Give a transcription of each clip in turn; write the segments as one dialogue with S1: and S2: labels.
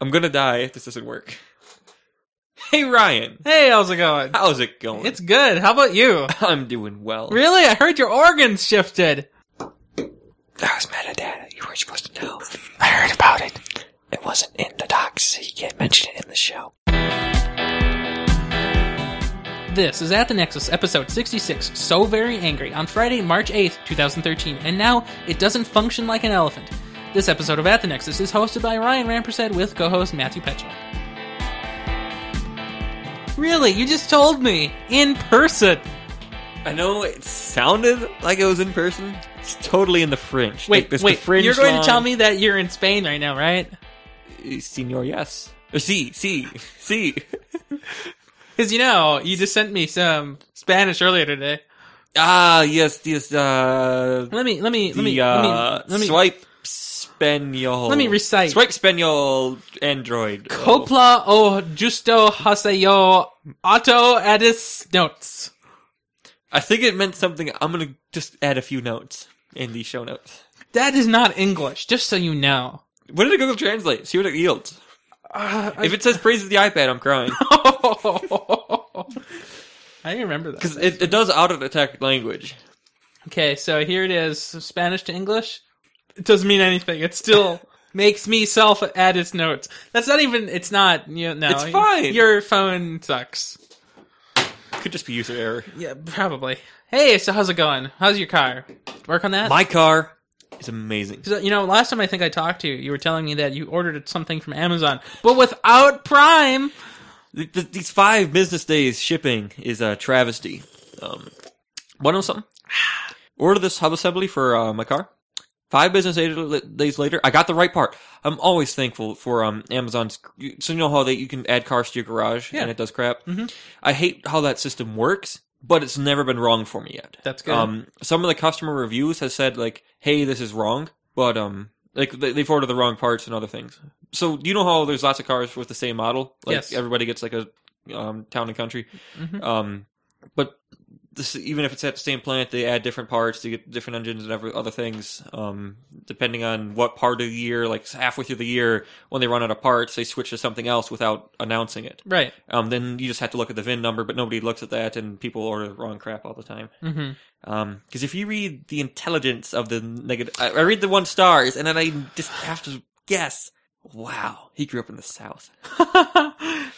S1: I'm gonna die if this doesn't work. Hey Ryan,
S2: Hey, how's it going?
S1: how's it going?
S2: It's good. How about you?
S1: I'm doing well.
S2: Really? I heard your organs shifted.
S1: I was mad at Dad. You weren't supposed to know.
S2: I heard about it.
S1: It wasn't in the docs, so you can't mention it in the show.
S2: This is At the Nexus, episode 66, So Very Angry, on Friday, March 8th, 2013, and now it doesn't function like an elephant. This episode of At the Nexus is hosted by Ryan Rampersad with co host Matthew Petchel. Really? You just told me! In person!
S1: I know it sounded like it was in person. It's totally in the fringe.
S2: Wait,
S1: Like, it's
S2: wait,
S1: the fringe
S2: you're going
S1: line.
S2: to tell me that you're in Spain right now, right?
S1: Senor, yes. Or see, see, see.
S2: Because you know, you just sent me some Spanish earlier today.
S1: Ah, yes, yes, uh,
S2: Let me, let me,
S1: the,
S2: let me,
S1: uh,
S2: let me, let me.
S1: swipe spaniel.
S2: Let me recite.
S1: Swipe spaniel android.
S2: Copla o justo haseyo auto edis notes.
S1: I think it meant something. I'm gonna just add a few notes in the show notes.
S2: That is not English, just so you know.
S1: What did Google Translate? See what it yields.
S2: Uh, I-
S1: If it says praises the iPad, I'm crying.
S2: I remember that.
S1: Because it, it does auto detect language.
S2: Okay, so here it is Spanish to English. It doesn't mean anything. It still makes me self add its notes. That's not even, it's not, you know, no.
S1: It's fine.
S2: Your phone sucks.
S1: Could just be user error.
S2: Yeah, probably. Hey, so how's it going? How's your car? Work on that?
S1: My car is amazing.
S2: 'Cause, uh, you know, last time I think I talked to you, you were telling me that you ordered something from Amazon, but without Prime.
S1: Th- th- these five business days shipping is a travesty. Um, one something. Order this hub assembly for uh, my car. Five business day- days later, I got the right part. I'm always thankful for um, Amazon's. So you know how that you can add cars to your garage
S2: Yeah.
S1: and it does crap.
S2: Mhm.
S1: I hate how that system works, but it's never been wrong for me yet.
S2: That's good.
S1: Um, some of the customer reviews has said like, "Hey, this is wrong," but um, like they, they've ordered the wrong parts and other things. So you know how there's lots of cars with the same model. Like
S2: Yes.
S1: everybody gets like a um, town and country.
S2: Mhm.
S1: Um, but this, even if it's at the same plant, they add different parts. They get different engines and every, other things. Um, depending on what part of the year, like halfway through the year, when they run out of parts, they switch to something else without announcing it.
S2: Right.
S1: Um, then you just have to look at the VIN number, but nobody looks at that, and people order the wrong crap all the time.
S2: hmm
S1: Um, because if you read the intelligence of the negative, I, I read the one stars, and then I just have to guess. Wow, he grew up in the South.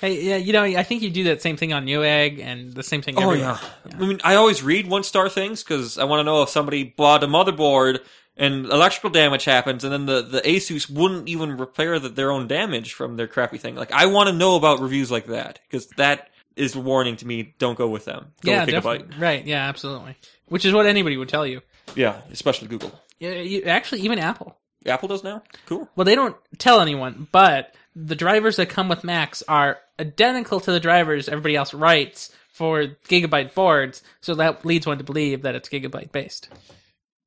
S2: hey, yeah, you know, I think you do that same thing on Newegg and the same thing.
S1: Oh
S2: everywhere.
S1: yeah. I mean, I always read one star things because I want to know if somebody bought a motherboard and electrical damage happens, and then the, the ASUS wouldn't even repair the, their own damage from their crappy thing. Like, I want to know about reviews like that because that is a warning to me. Don't go with them. Go
S2: yeah,
S1: with Gigabyte.
S2: definitely. Right. Yeah, absolutely. Which is what anybody would tell you.
S1: Yeah, especially Google.
S2: Yeah, you- Actually, even Apple.
S1: Apple does now. Cool.
S2: Well, they don't tell anyone, but the drivers that come with Macs are identical to the drivers everybody else writes for Gigabyte boards, so that leads one to believe that it's Gigabyte based.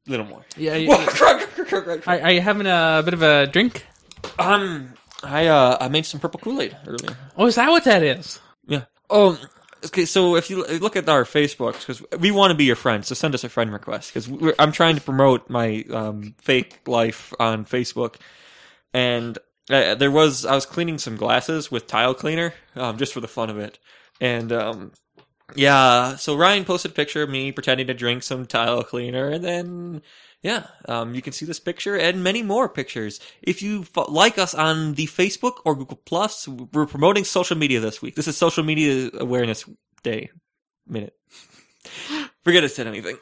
S1: little more.
S2: Yeah. you-
S1: Whoa, crud, crud, crud, crud, crud.
S2: Are, are you having a bit of a drink?
S1: Um, I uh, I made some purple Kool Aid earlier.
S2: Oh, is that what that is?
S1: Yeah. Oh, okay. So if you l- look at our Facebooks, because we want to be your friend, so send us a friend request. Because I'm trying to promote my um, fake life on Facebook, and uh, there was I was cleaning some glasses with tile cleaner, um, just for the fun of it, and um. Yeah, so Ryan posted a picture of me pretending to drink some tile cleaner, and then, yeah, um, you can see this picture and many more pictures. If you fo- like us on the Facebook or Google Plus, we're promoting social media this week. This is Social Media Awareness Day. Minute. Forget I said anything.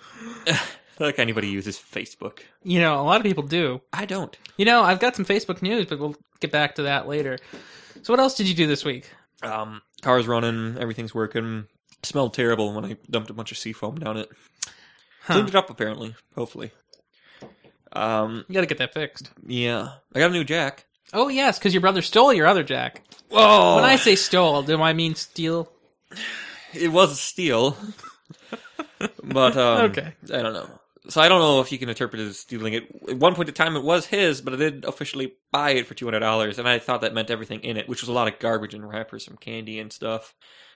S1: like anybody uses Facebook.
S2: You know, a lot of people do.
S1: I don't.
S2: You know, I've got some Facebook news, but we'll get back to that later. So, what else did you do this week?
S1: Um, car's running, everything's working. Smelled terrible when I dumped a bunch of seafoam down it.
S2: Huh.
S1: Cleaned it up apparently. Hopefully. Um,
S2: You got to get that fixed.
S1: yeah, I got a new jack.
S2: Oh yes, because your brother stole your other jack.
S1: Whoa!
S2: When I say stole, do I mean steal?
S1: it was a steal, but um,
S2: Okay.
S1: I don't know. So I don't know if you can interpret it as stealing it. At one point in time, it was his, but I did officially buy it for two hundred dollars, and I thought that meant everything in it, which was a lot of garbage and wrappers, some candy and stuff.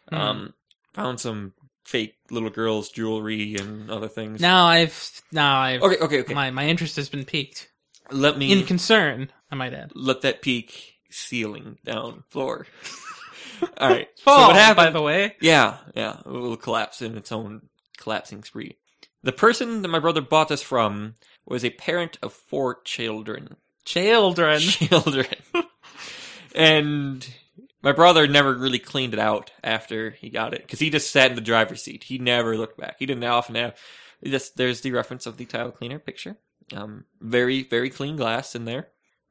S2: Hmm.
S1: Um, found some fake little girls' jewelry and other things.
S2: Now I've now I've
S1: okay, okay, okay.
S2: my my interest has been piqued
S1: Let me
S2: in concern. I might add.
S1: let that peak ceiling down floor. All right.
S2: Fall,
S1: so what happened?
S2: by the way.
S1: Yeah, yeah. It will collapse in its own collapsing spree. The person that my brother bought this from was a parent of four children.
S2: Children.
S1: Children. and my brother never really cleaned it out after he got it because he just sat in the driver's seat. He never looked back. He didn't often have. This, there's the reference of the tile cleaner picture. Um, very, very clean glass in there.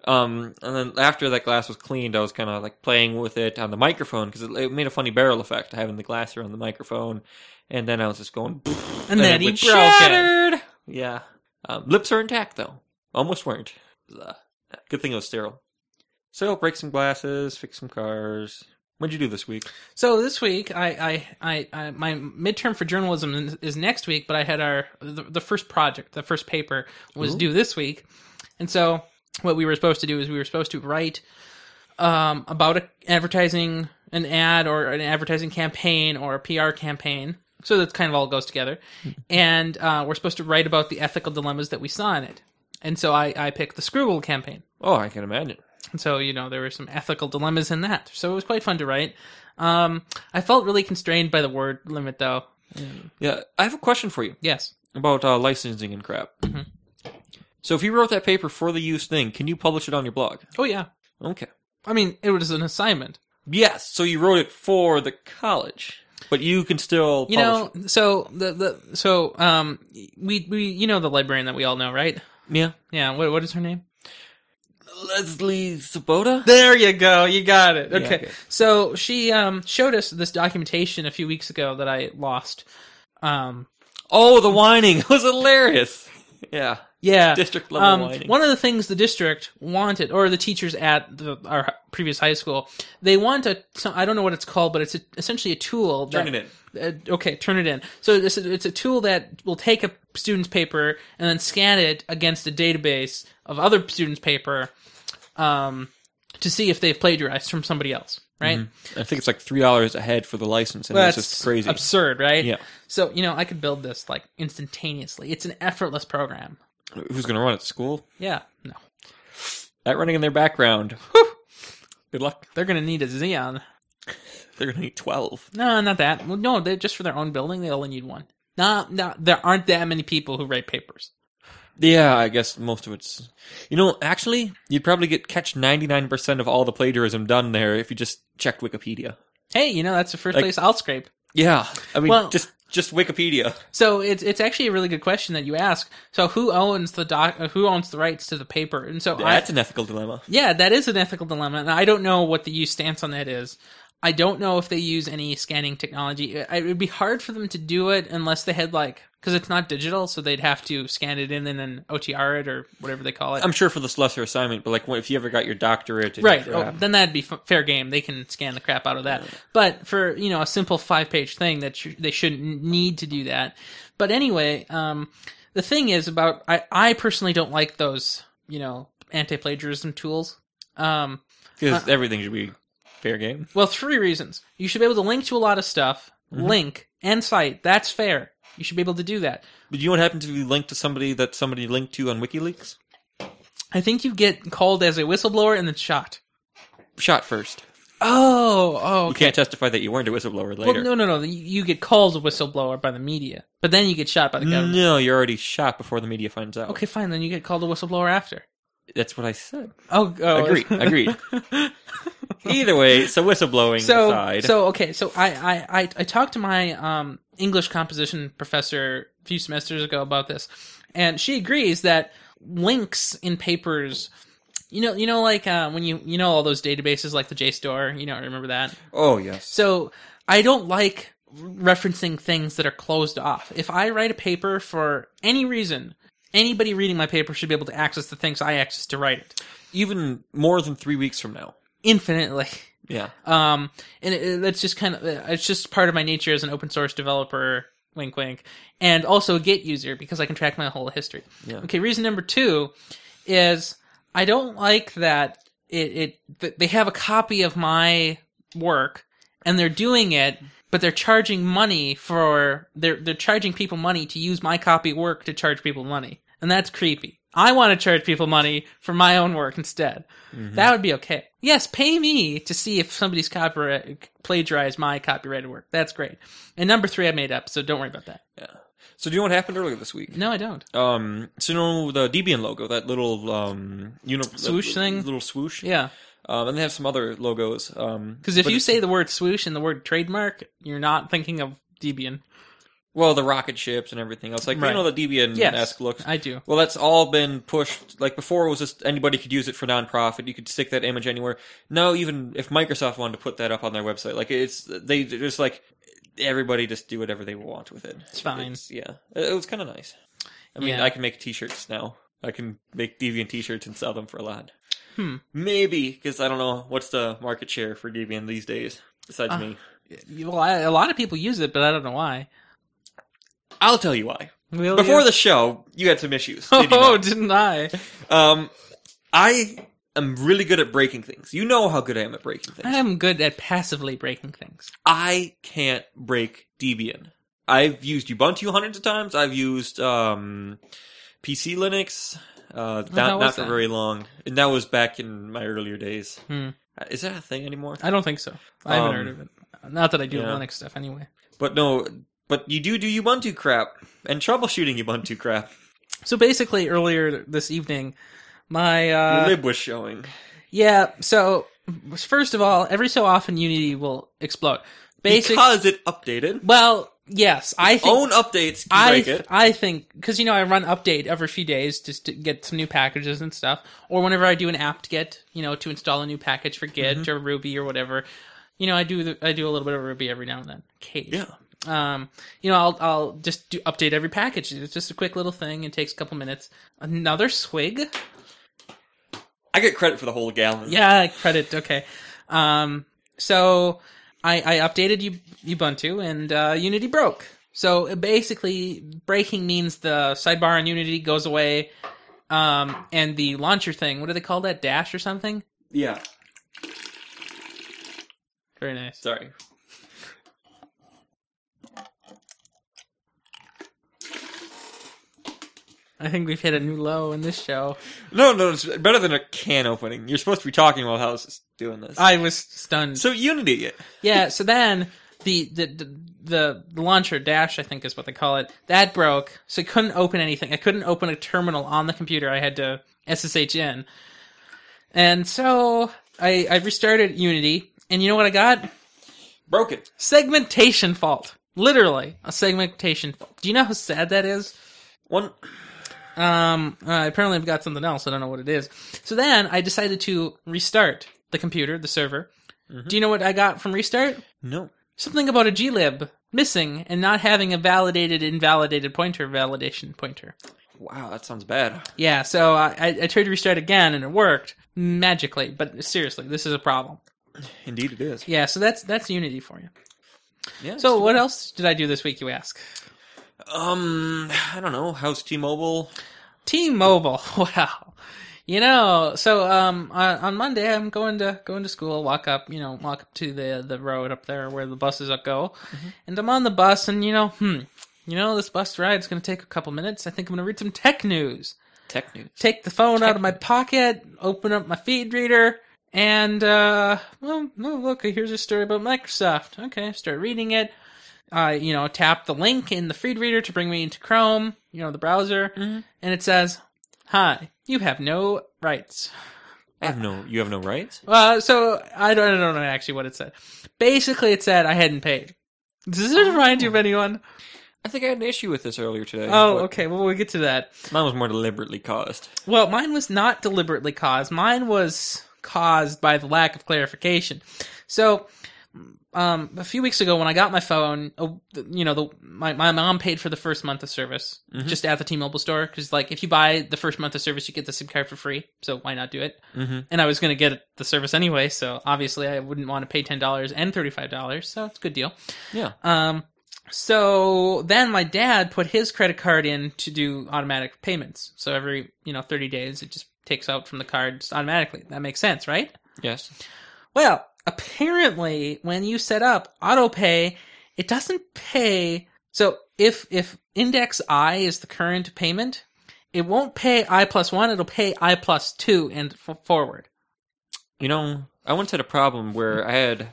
S1: Um, and then after that glass was cleaned, I was kind of like playing with it on the microphone because it, it made a funny barrel effect having the glass around the microphone. And then I was just going,
S2: And
S1: it
S2: then he
S1: would
S2: broke it.
S1: shattered. Yeah. Um, lips are intact though. Almost weren't. Ugh. Good thing it was sterile. So break some glasses, fix some cars. What'd you do this week?
S2: So this week, I, I, I, I my midterm for journalism is- is next week, but I had our the, the first project, the first paper was
S1: Ooh.
S2: due this week, and so what we were supposed to do is we were supposed to write um, about a, advertising an ad or an advertising campaign or a PR campaign. So that kind of all goes together, and uh, we're supposed to write about the ethical dilemmas that we saw in it. And so I, I picked the Scroogle campaign.
S1: Oh, I can imagine.
S2: And so, you know, there were some ethical dilemmas in that. So it was quite fun to write. Um, I felt really constrained by the word limit, though.
S1: Yeah, I have a question for you
S2: Yes.
S1: about uh, licensing and crap.
S2: Mhm.
S1: So if you wrote that paper for the use thing, can you publish it on your blog?
S2: Oh, yeah.
S1: Okay.
S2: I mean, it was an assignment.
S1: Yes. So you wrote it for the college, but you can still
S2: You
S1: publish
S2: know, so the, the so um we we you know the librarian that we all know, right?
S1: it. Yeah.
S2: Yeah. What what is her name?
S1: Leslie Sabota.
S2: There you go. You got it.
S1: Yeah,
S2: Okay.
S1: okay.
S2: So she um showed us this documentation a few weeks ago that I lost. Um.
S1: Oh, the whining was hilarious. Yeah.
S2: Yeah.
S1: District level
S2: Um,
S1: whining.
S2: one of the things the district wanted, or the teachers at the, our hi- previous high school, they want a. so- I don't know what it's called, but it's a, essentially a tool. That,
S1: Turn it in.
S2: Uh, okay, turn it in. So this is, it's a tool that will take a student's paper and then scan it against a database of other students' paper, um, to see if they've plagiarized from somebody else. Right.
S1: I think it's like three dollars a head for the license, and
S2: That's
S1: it's just crazy.
S2: absurd, right?
S1: Yeah.
S2: So you know, I could build this like instantaneously. It's an effortless program.
S1: Who's gonna run it? School?
S2: Yeah. No,
S1: That running in their background. Whew. Good luck.
S2: they're gonna need a Xeon.
S1: They're gonna need twelve.
S2: No, not that. Well, no, they're just for their own building. They only need one. Not, not there aren't that many people who write papers.
S1: Yeah, I guess most of it's. You know, actually, you'd probably get catch ninety nine percent of all the plagiarism done there if you just checked Wikipedia.
S2: Hey, you know that's the first
S1: Like-
S2: place I'll scrape.
S1: Yeah, I mean,
S2: Well-
S1: just just Wikipedia.
S2: So it's it's actually a really good question that you ask. So who owns the doc? uh, Who owns the rights to the paper? And so I,
S1: That's an ethical dilemma.
S2: yeah, that is an ethical dilemma, and I don't know what the EU stance on that is. I don't know if they use any scanning technology. It it would be hard for them to do it unless they had like because it's not digital, so they'd have to scan it in and then OTR it or whatever they call it.
S1: I'm sure for this lesser assignment, but like when- if you ever got your doctorate, and
S2: Right.
S1: crap,
S2: Oh, then that'd be f- fair game. They can scan the crap out of that. But for you know a simple five page thing that sh- they shouldn't need to do that. But anyway, um, the thing is about I I personally don't like those you know anti plagiarism tools. Um,
S1: 'cause everything should be fair game.
S2: well, three reasons. You should be able to link to a lot of stuff.
S1: Mm-hmm.
S2: Link and cite. That's fair. You should be able to do that.
S1: But you know what happens if you link to somebody that somebody linked to on WikiLeaks?
S2: I think you get called as a whistleblower and then shot.
S1: Shot first.
S2: Oh, oh,
S1: You can't testify that you weren't a whistleblower later.
S2: Well, no, no, no. You you get called a whistleblower by the media, but then you get shot by the government.
S1: No, you're already shot before the media finds out.
S2: Okay, fine. Then you get called a whistleblower after.
S1: That's what I said.
S2: Oh, oh
S1: Agreed. Agreed. Either way, so whistleblowing
S2: so,
S1: aside.
S2: so okay. So I, I, I, I talked to my um, English composition professor a few semesters ago about this, and she agrees that links in papers. You know, you know, like uh, when you you know all those databases like the JSTOR. You know, remember that.
S1: oh, yes.
S2: So I don't like referencing things that are closed off. If I write a paper for any reason, anybody reading my paper should be able to access the things I access to write it
S1: Even more than three weeks from now.
S2: infinitely.
S1: Yeah.
S2: Um, and it- it- that's just kind of uh, it's just part of my nature as an open source developer. Wink, wink, and also a Git user because I can track my whole history.
S1: Yeah.
S2: Okay, reason number two is I don't like that it, it that they have a copy of my work and they're doing it, but they're charging money for they're they're charging people money to use my copy work to charge people money, and that's creepy. I want to charge people money for my own work instead. Mm-hmm.
S1: Mm-hmm.
S2: That would be okay. Yes, pay me to see if somebody's copyright plagiarized my copyrighted work. That's great. And number three, I made up, so don't worry about that.
S1: So do you know what happened earlier this week?
S2: No, I don't.
S1: Um, so you know the Debian logo, that little um, you know, that
S2: Swoosh thing?
S1: little swoosh.
S2: Yeah,
S1: Um, and they have some other logos. Um,
S2: because if
S1: but
S2: you
S1: it's-
S2: say the word swoosh and the word trademark, you're not thinking of Debian.
S1: well, the rocket ships and everything else, like you
S2: Right.
S1: know, the Debian
S2: Yes.
S1: esque looks.
S2: I do.
S1: Well, that's all been pushed. Like before, it was just anybody could use it for nonprofit. You could stick that image anywhere. Now, even if Microsoft wanted to put that up on their website, like it's they they're just like everybody just do whatever they want with it. It's
S2: fine.
S1: yeah, it, it was kind of nice. I mean,
S2: Yeah.
S1: I can make T-shirts now. I can make Deviant T-shirts and sell them for a lot.
S2: Hmm.
S1: Maybe because I don't know what's the market share for Deviant these days. Besides
S2: Uh.
S1: me,
S2: Well, I, a lot of people use it, but I don't know why.
S1: I'll tell you why.
S2: Will
S1: Before
S2: you?
S1: the show, you had some issues.
S2: oh,
S1: did you not?
S2: didn't I?
S1: Um, I am really good at breaking things. You know how good I am at breaking things.
S2: I am good at passively breaking things.
S1: I can't break Debian. I've used Ubuntu hundreds of times. I've used um, PC Linux. Uh,
S2: What the hell
S1: not, not
S2: was
S1: for
S2: that?
S1: very long, and that was back in my earlier days.
S2: Hmm.
S1: Uh, Is that a thing anymore?
S2: I don't think so. I haven't
S1: Um,
S2: heard of it. Not that I do
S1: yeah.
S2: Linux stuff anyway.
S1: But no, but you do do Ubuntu crap and troubleshooting Ubuntu crap.
S2: So basically, earlier this evening, my uh,
S1: Your lib was showing.
S2: yeah. So first of all, every so often Unity will explode. Basic.
S1: because it updated.
S2: well, yes, I think
S1: Own updates can
S2: I
S1: break it.
S2: I think because you know I run update every few days just to get some new packages and stuff, or whenever I do an apt get, you know, to install a new package for Git
S1: Mm-hmm.
S2: or Ruby or whatever. You know, I do the, I do a little bit of Ruby every now and then. Case.
S1: Yeah.
S2: Um, you know, I'll I'll just do, update every package. It's just a quick little thing. It takes a couple minutes. Another swig.
S1: I get credit for the whole gallon.
S2: Yeah, credit. Okay. Um, so I, I updated U- Ubuntu and uh, Unity broke. So basically, breaking means the sidebar in Unity goes away, um, and the launcher thing. What do they call that? Dash or something?
S1: Yeah.
S2: Very nice.
S1: Sorry.
S2: I think we've hit a new low in this show.
S1: No, no, it's better than a can opening. You're supposed to be talking about how it's doing this.
S2: I was stunned.
S1: so Unity,
S2: yeah. So then the the, the the launcher dash, I think is what they call it. That broke, so I couldn't open anything. I couldn't open a terminal on the computer. I had to SSH in, and so I I restarted Unity, and you know what I got?
S1: broke it.
S2: Segmentation fault. Literally a segmentation fault. Do you know how sad that is?
S1: One,
S2: Um, uh, apparently I've got something else. I don't know what it is. So then I decided to restart the computer, the server. Do you know what I got from restart?
S1: no,
S2: Something about a glib missing and not having a validated invalidated pointer validation pointer.
S1: wow, that sounds bad.
S2: Yeah, so I, I, I tried to restart again and it worked magically. But seriously, this is a problem.
S1: Indeed, it is.
S2: Yeah, so that's that's Unity for you.
S1: Yeah.
S2: So what else did I do this week? You ask.
S1: um, I don't know. How's T-Mobile?
S2: T-Mobile. Wow. You know, so um uh, on Monday I'm going to going to school, walk up, you know, walk up to the the road up there where the buses up go. And I'm on the bus and you know, hmm, you know this bus ride's going to take a couple minutes. I think I'm going to read some tech news.
S1: Tech news.
S2: Take the phone out of my pocket, open up my feed reader, and uh well, no, look, here's a story about Microsoft. Okay, start reading it. I, you know, tap the link in the feed reader to bring me into Chrome, you know, the browser and it says, "Hi, you have no rights."
S1: I have no. You have no rights.
S2: Uh, so I don't, I don't know actually what it said. Basically, it said I hadn't paid. Does this remind you of anyone?
S1: I think I had an issue with this earlier today.
S2: Oh,
S1: but
S2: okay. Well, we'll get to that.
S1: Mine was more deliberately caused.
S2: Well, mine was not deliberately caused. Mine was caused by the lack of clarification. So, um, a few weeks ago when I got my phone, uh, you know, the, my, my mom paid for the first month of service
S1: Mhm.
S2: just at the T-Mobile store. Cause like, if you buy the first month of service, you get the SIM card for free. So why not do it?
S1: Mm-hmm.
S2: and I was going to get the service anyway, so obviously I wouldn't want to pay ten dollars and thirty five dollars, so it's a good deal.
S1: Yeah.
S2: Um, so then my dad put his credit card in to do automatic payments. So every you know thirty days, it just takes out from the card just automatically. That makes sense, right?
S1: Yes.
S2: Well, apparently when you set up autopay, it doesn't pay. So if if index I is the current payment, It won't pay I plus one. It'll pay I plus two and f- forward.
S1: You know, I once had a problem where I had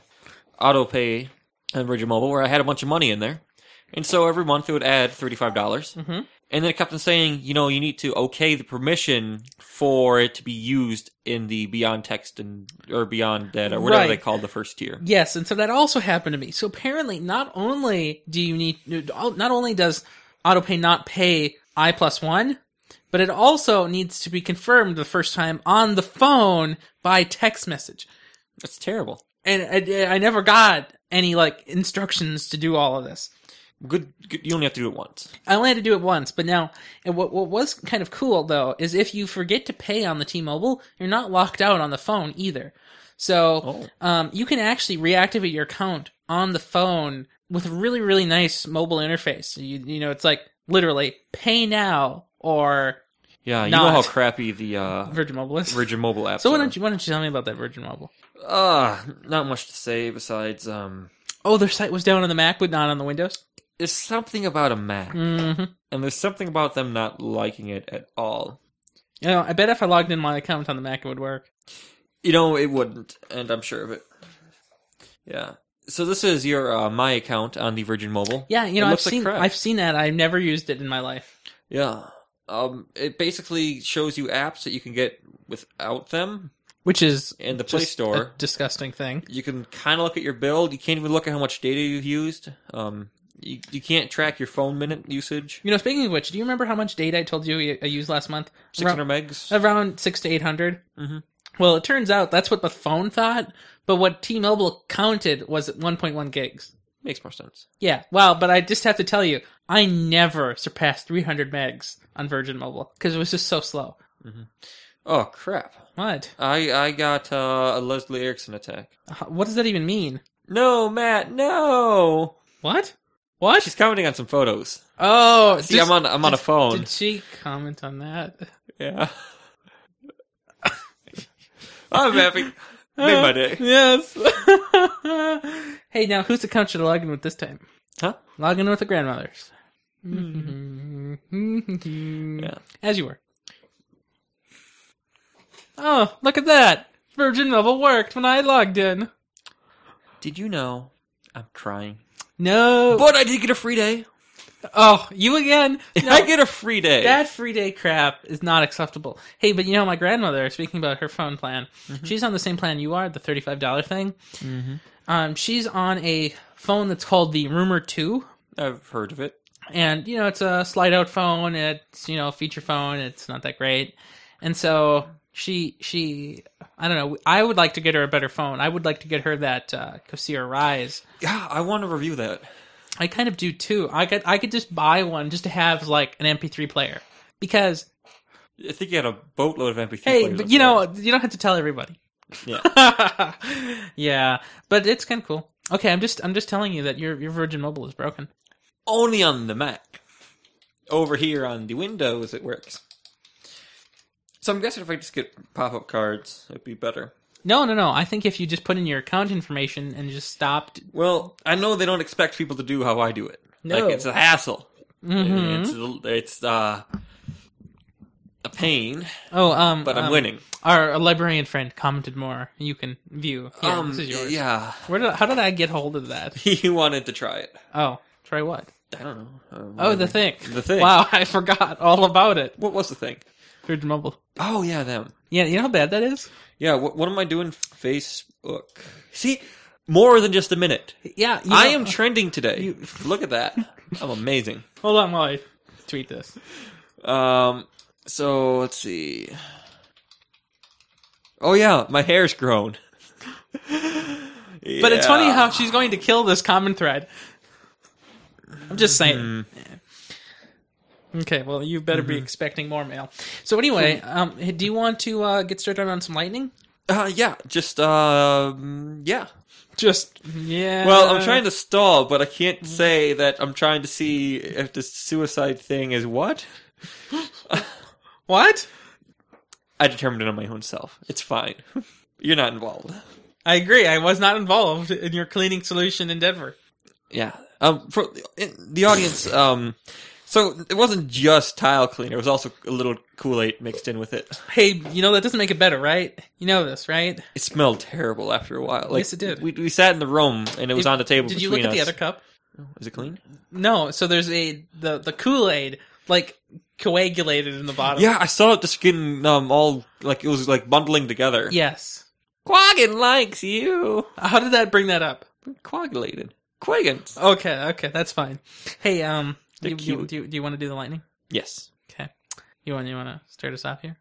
S1: auto pay on Virgin Mobile where I had a bunch of money in there. And so every month it would add $35. dollars
S2: Mhm.
S1: And then it kept on saying, you know, you need to okay the permission for it to be used in the Beyond Text and, or Beyond Data, whatever they
S2: Right.
S1: called the first tier.
S2: Yes, and so that also happened to me. So apparently, not only do you need, not only does autopay not pay I plus one, but it also needs to be confirmed the first time on the phone by text message.
S1: That's terrible.
S2: And I, I never got any like instructions to do all of this.
S1: Good, good. You only have to do it once.
S2: I only had to do it once, but now, and what what was kind of cool though is if you forget to pay on the T-Mobile, you're not locked out on the phone either. So
S1: Oh.
S2: um, you can actually reactivate your account on the phone with a really really nice mobile interface. You you know it's like literally pay now or
S1: Yeah, you know
S2: Not.
S1: how crappy the uh,
S2: Virgin Mobile is.
S1: Virgin Mobile apps
S2: so why
S1: are.
S2: don't you why don't you tell me about that Virgin Mobile?
S1: Uh, not much to say besides um,
S2: Oh, their site was down on the Mac, but not on the Windows.
S1: there's something about a Mac,
S2: Mm-hmm.
S1: and there's something about them not liking it at all.
S2: You know, I bet if I logged in my account on the Mac, it would work.
S1: You know, it wouldn't, and I'm sure of it. Yeah. So this is your uh, my account on the Virgin Mobile.
S2: Yeah, you
S1: It
S2: know I've
S1: looks like
S2: seen
S1: crap.
S2: I've seen that. I've never used it in my life.
S1: Yeah. Um, it basically shows you apps that you can get without them
S2: which is
S1: in the Play
S2: just uh,
S1: Store.
S2: a disgusting thing.
S1: you can kind of look at your bill. You can't even look at how much data you've used. Um, you, you can't track your phone minute usage.
S2: You know, speaking of which, do you remember how much data I told you I used last month?
S1: 600 megs.
S2: Around, around six to eight
S1: Mhm.
S2: Well, it turns out that's what the phone thought, but what T-Mobile counted was at 1.1 gigs.
S1: Makes more sense.
S2: Yeah, wow. But I just have to tell you, I never surpassed 300 megs on Virgin Mobile because it was just so slow.
S1: Oh crap!
S2: What?
S1: I I got uh, a Leslie Erickson attack.
S2: Uh, What does that even mean?
S1: No, Matt, no.
S2: What? What?
S1: She's commenting on some photos.
S2: oh,
S1: See,
S2: just-
S1: I'm on I'm on a phone.
S2: Did she comment on that?
S1: Yeah. I'm happy. Made my day.
S2: Uh, Yes. hey, now who's the country to log in with this time?
S1: Huh?
S2: Log in with the grandmothers.
S1: Hmm. Yeah.
S2: As you were. Oh, look at that! Virgin Mobile worked when I logged in.
S1: Did you know? I'm crying.
S2: No.
S1: But I did get a free day.
S2: Oh, you again? No.
S1: I get a free day.
S2: That free day crap is not acceptable. Hey, but you know, my grandmother, speaking about her phone plan,
S1: Mm-hmm.
S2: she's on the same plan you are, the $35 thing.
S1: Mhm.
S2: Um, she's on a phone that's called the Rumor 2,
S1: I've heard of it.
S2: and, you know, it's a slide out phone, it's, you know, a feature phone, it's not that great. And so she, she, I don't know, I would like to get her a better phone. I would like to get her that uh, Kosira Rise.
S1: Yeah, I want to review that.
S2: I kind of do too. I could, I could just buy one just to have, like, an MP3 player. Because
S1: I think you had a boatload of MP3
S2: Hey,
S1: players
S2: but
S1: up
S2: you
S1: there.
S2: know, you don't have to tell everybody. Yeah. yeah, but it's kind of cool. Okay, I'm just I'm just telling you that your your Virgin Mobile is broken.
S1: only on the Mac. Over here on the Windows, it works. So I'm guessing if I just get pop-up cards, it'd be better.
S2: No, no, no. I think if you just put in your account information and just stopped.
S1: Well, I know they don't expect people to do how I do it.
S2: No.
S1: Like it's a hassle.
S2: Mhm.
S1: It's it's uh, a pain,
S2: Oh, um,
S1: but I'm
S2: um,
S1: winning.
S2: Our librarian friend commented more. You can view. Here,
S1: um,
S2: this is yours.
S1: yeah,
S2: Where did, how did I get hold of that?
S1: he wanted to try it.
S2: Oh, try what?
S1: I don't know. Uh,
S2: Oh,
S1: whatever.
S2: the thing.
S1: The thing.
S2: Wow, I forgot all about it.
S1: What was the thing?
S2: Virgin Mobile.
S1: Oh yeah, them.
S2: Yeah, you know how bad that is.
S1: Yeah. What, what am I doing? Facebook. See, more than just a minute.
S2: Yeah, you
S1: I
S2: know-
S1: am trending today.
S2: You-
S1: Look at that. I'm amazing.
S2: Hold on, while I tweet this.
S1: Um, so let's see. Oh yeah, my hair's grown.
S2: But it's funny
S1: Yeah.
S2: how she's going to kill this common thread. I'm just
S1: Hmm.
S2: saying. Okay, well, you better
S1: Mm-hmm.
S2: be expecting more mail. So anyway,
S1: Hmm.
S2: um, hey, do you want to uh, get started on some lightning?
S1: Uh, yeah, just um, yeah.
S2: Just yeah.
S1: Well, I'm trying to stall, but I can't
S2: Mm-hmm.
S1: say that I'm trying to see if this suicide thing is what.
S2: What?
S1: I determined it on my own self. It's fine. You're not involved.
S2: I agree. I was not involved in your cleaning solution in Denver.
S1: Yeah. Um, for in the audience, um, So it wasn't just tile cleaner; it was also a little Kool Aid mixed in with it.
S2: Hey, you know that doesn't make it better, right? You know this, right?
S1: It smelled terrible after a while. Like,
S2: Yes, it did.
S1: We, we sat in the room, and it was
S2: If-
S1: on the table.
S2: Did you look
S1: between
S2: at the
S1: us.
S2: other cup?
S1: Is it clean?
S2: No. So there's a the the Kool Aid like coagulated in the bottom.
S1: Yeah, I saw it just getting um all like it was like bundling together.
S2: Yes.
S1: Quaggin likes you.
S2: How did that bring that up?
S1: Coagulated. Quaggins.
S2: Okay. Okay. That's fine. Hey, um, do
S1: They're
S2: you, you,
S1: cute.
S2: do you, do you want to do the lightning?
S1: Yes.
S2: Okay. You want you want to start us off here?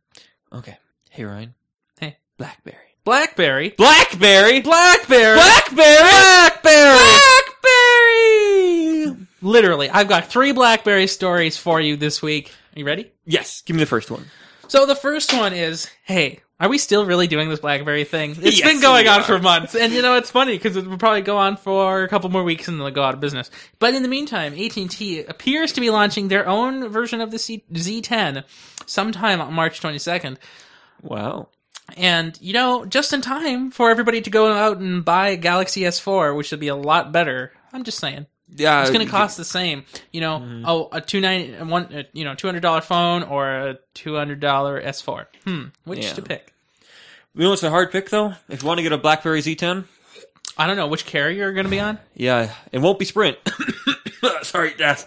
S1: Okay. Hey Ryan.
S2: Hey.
S1: Blackberry.
S2: Blackberry.
S1: Blackberry.
S2: Blackberry.
S1: Blackberry.
S2: Blackberry.
S1: Blackberry.
S2: Literally, I've got three blackberry stories for you this week. Are you ready?
S1: Yes. Give me the first one.
S2: So the first one is, hey, are we still really doing this BlackBerry thing? It's
S1: Yes,
S2: been going
S1: we
S2: on
S1: are.
S2: for months, and you know it's funny because it will probably go on for a couple more weeks and they'll go out of business. But in the meantime, AT and T appears to be launching their own version of the C- Z10 sometime on March 22nd,
S1: Wow.
S2: and you know just in time for everybody to go out and buy a Galaxy S4, which will be a lot better. I'm just saying
S1: Yeah.
S2: it's going to cost the same. You know, oh, a two nine a one, a, you know, two hundred dollar phone or a two hundred dollar S four. Hmm, which
S1: Yeah.
S2: to pick?
S1: You know, it's a hard pick though. If you want to get a BlackBerry Z10,
S2: I don't know which carrier you're going to be on.
S1: Yeah, it won't be Sprint. Sorry, Death.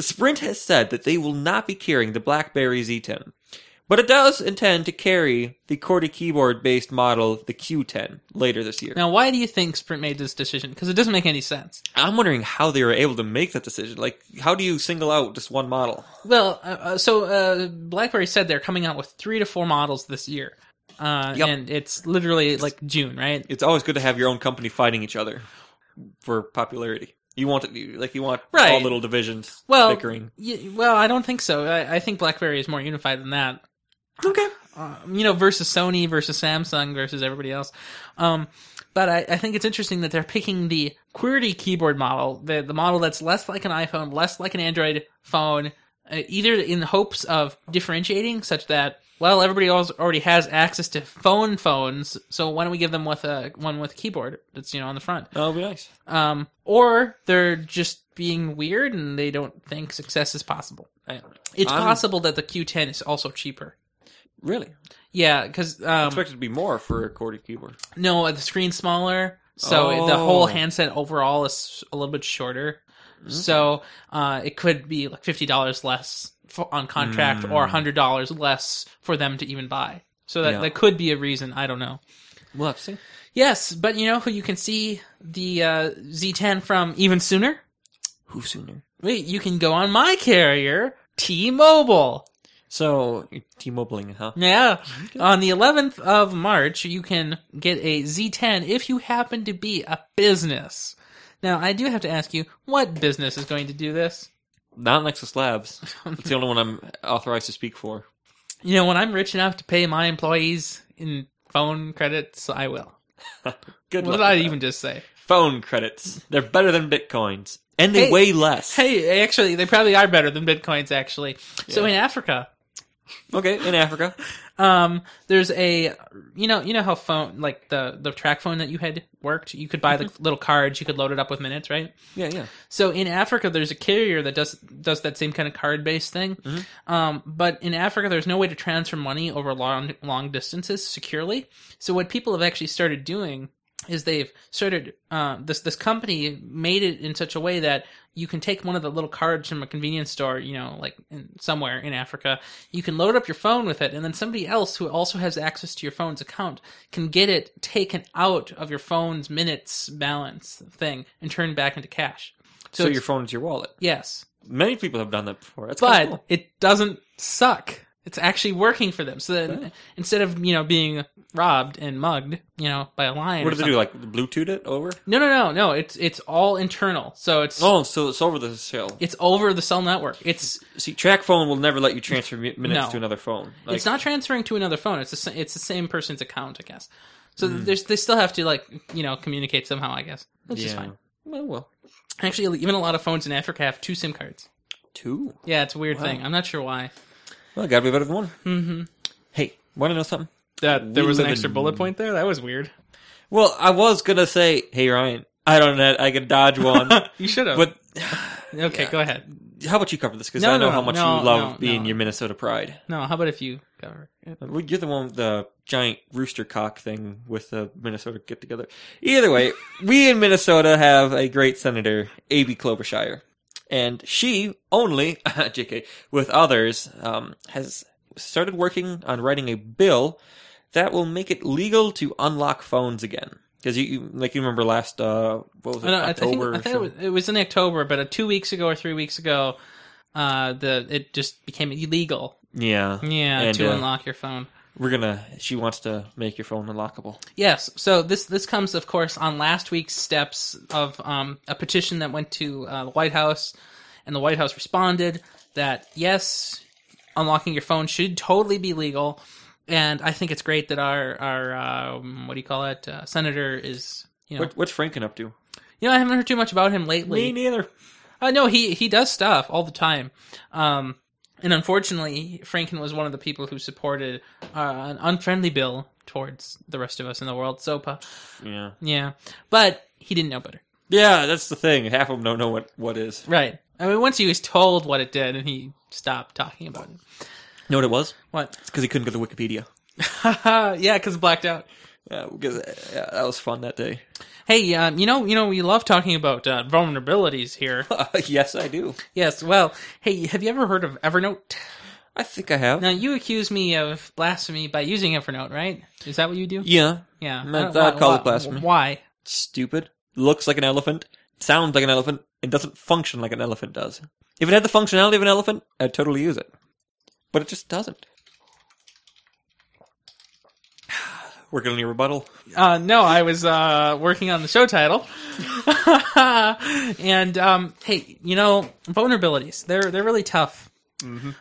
S1: Sprint has said that they will not be carrying the BlackBerry Z10, but it does intend to carry the QWERTY keyboard-based model, the Q10, later this year.
S2: Now, why do you think Sprint made this decision? Because it doesn't make any sense.
S1: I'm wondering how they were able to make that decision. Like, how do you single out just one model?
S2: Well, uh, uh, so uh, BlackBerry said they're coming out with three to four models this year, uh,
S1: Yep.
S2: and it's literally like June, right?
S1: It's always good to have your own company fighting each other for popularity. You want it, you- like you want all
S2: Right.
S1: little divisions
S2: Well,
S1: bickering.
S2: y- well, I don't think so. I, I think BlackBerry is more unified than that.
S1: Okay.
S2: um, you know, versus Sony, versus Samsung, versus everybody else. Um, but I, I think it's interesting that they're picking the QWERTY keyboard model, the, the model that's less like an iPhone, less like an Android phone, uh, either in hopes of differentiating such that, well, everybody else already has access to phone phones, so why don't we give them with a, one with a keyboard that's, you know, on the front?
S1: That'll be nice.
S2: Um, or they're just being weird and they don't think success is possible. I- It's
S1: I'm-
S2: possible that the Q10 is also cheaper.
S1: Really,
S2: Yeah, because
S1: I
S2: um,
S1: expected to be more for a QWERTY keyboard.
S2: No, the screen's smaller, so
S1: Oh. Mm-hmm.
S2: the whole handset overall is a little bit shorter. So uh, it could be like fifty dollars less for, on contract,
S1: Mm.
S2: or hundred dollars less for them to even buy. So that
S1: Yeah.
S2: that could be a reason. I don't know.
S1: We'll have to see.
S2: Yes, but you know who you can see the uh, Z10 from even sooner.
S1: Who sooner?
S2: Wait, you can go on my carrier, T-Mobile.
S1: So, T-Mobiling, huh?
S2: Yeah. On the 11th of March, you can get a Z10 if you happen to be a business. Now, I do have to ask you, what business is going to do this?
S1: Not Nexus Labs. It's the only one I'm authorized to speak for.
S2: You know, when I'm rich enough to pay my employees in phone credits, I will.
S1: Good luck.
S2: What did I
S1: with that.
S2: even just say?
S1: Phone credits. They're better than bitcoins, and they
S2: Hey-
S1: weigh less.
S2: Hey, actually, they probably are better than bitcoins, actually. So
S1: Yeah.
S2: in Africa,
S1: Okay, in Africa.
S2: um, there's a, you know, you know how phone, like the, the track phone that you had worked, you could buy the
S1: Mm-hmm.
S2: little cards, you could load it up with minutes, right?
S1: Yeah, yeah.
S2: So in Africa, there's a carrier that does does that same kind of card based thing. Um, but in Africa, there's no way to transfer money over long long distances securely. So what people have actually started doing is they've started uh, this this company made it in such a way that you can take one of the little cards from a convenience store, you know, like in, somewhere in Africa. You can load up your phone with it, and then somebody else who also has access to your phone's account can get it taken out of your phone's minutes balance thing and turned back into cash.
S1: So,
S2: it's-
S1: your phone is your wallet.
S2: Yes,
S1: Many people have done that before. That's
S2: but
S1: kinda cool.
S2: it doesn't suck. It's actually working for them. So then,
S1: Yeah.
S2: instead of you know being robbed and mugged, you know, by a lion.
S1: what
S2: or
S1: do they do?
S2: something-
S1: Like Bluetooth it over?
S2: No, no, no, no. It's it's all internal. So it's
S1: Oh, so it's over the cell.
S2: it's over the cell network. It's
S1: See, track phone will never let you transfer mi- minutes
S2: No.
S1: to another phone.
S2: it's not transferring to another phone. It's the sa- it's the same person's account, I guess. So
S1: Hmm.
S2: there's they still have to like you know communicate somehow, I guess, which is
S1: yeah.
S2: fine.
S1: Well, well,
S2: Actually, even a lot of phones in Africa have two SIM cards.
S1: two.
S2: Yeah, it's a weird
S1: Wow.
S2: thing. I'm not sure why.
S1: Well, gotta be better than one.
S2: Mm-hmm.
S1: Hey, want to know something?
S2: That
S1: there We was an live extra in- bullet
S2: point there. That was weird.
S1: Well, I was gonna say, hey Ryan, I don't know, I could dodge one.
S2: you should have.
S1: But
S2: Okay,
S1: Yeah.
S2: go ahead.
S1: How about you cover this? Because
S2: No,
S1: I know
S2: no,
S1: how much
S2: no,
S1: you love
S2: no,
S1: being
S2: no.
S1: your Minnesota pride.
S2: No, how about if you cover it?
S1: Well, You're the one with the giant rooster cock thing with the Minnesota get together. Either way, we in Minnesota have a great senator, A.B. Klobuchar, and she only, JK, with others, um, has started working on writing a bill that will make it legal to unlock phones again. Because you, you, like you remember last, uh, what was it,
S2: I, don't, I think
S1: October?
S2: I
S1: or
S2: thought it
S1: so?
S2: was, it was in October, but uh, two weeks ago or three weeks ago, uh, the it just became illegal.
S1: yeah,
S2: Yeah,
S1: And,
S2: to
S1: uh,
S2: unlock your phone.
S1: we're gonna. She wants to make your phone unlockable.
S2: Yes. So this this comes, of course, on last week's steps of um, a petition that went to uh, the White House, and the White House responded that yes, unlocking your phone should totally be legal. And I think it's great that our our um, what do you call it uh, senator is you know
S1: What, what's Franken up to?
S2: you know I haven't heard too much about him lately.
S1: Me neither.
S2: Uh, no, he he does stuff all the time. Um, and unfortunately, Franken was one of the people who supported uh, an unfriendly bill towards the rest of us in the world. SOPA,
S1: Yeah.
S2: yeah, but he didn't know better,
S1: Yeah, that's the thing. Half of them don't know what what is.
S2: right? I mean, once he was told what it did, and he stopped talking about it.
S1: You know what it was?
S2: What?
S1: It's because he couldn't go to Wikipedia.
S2: yeah, because blacked out.
S1: Yeah, because uh, yeah, that was fun that day.
S2: Hey, um, you know, you know, we love talking about uh, vulnerabilities here.
S1: yes, I do.
S2: yes. Well, hey, have you ever heard of Evernote?
S1: I think I have.
S2: Now, you accuse me of blasphemy by using Evernote, right? Is that what you do?
S1: Yeah,
S2: Yeah,
S1: No,
S2: I
S1: I'd
S2: don't- why-
S1: call it
S2: why-
S1: blasphemy.
S2: Why?
S1: stupid. Looks like an elephant. Sounds like an elephant. It doesn't function like an elephant does. If it had the functionality of an elephant, I'd totally use it. But it just doesn't. Working on your rebuttal.
S2: Uh, no, I was uh, working on the show title, and um, hey, you know vulnerabilities—they're they're really tough.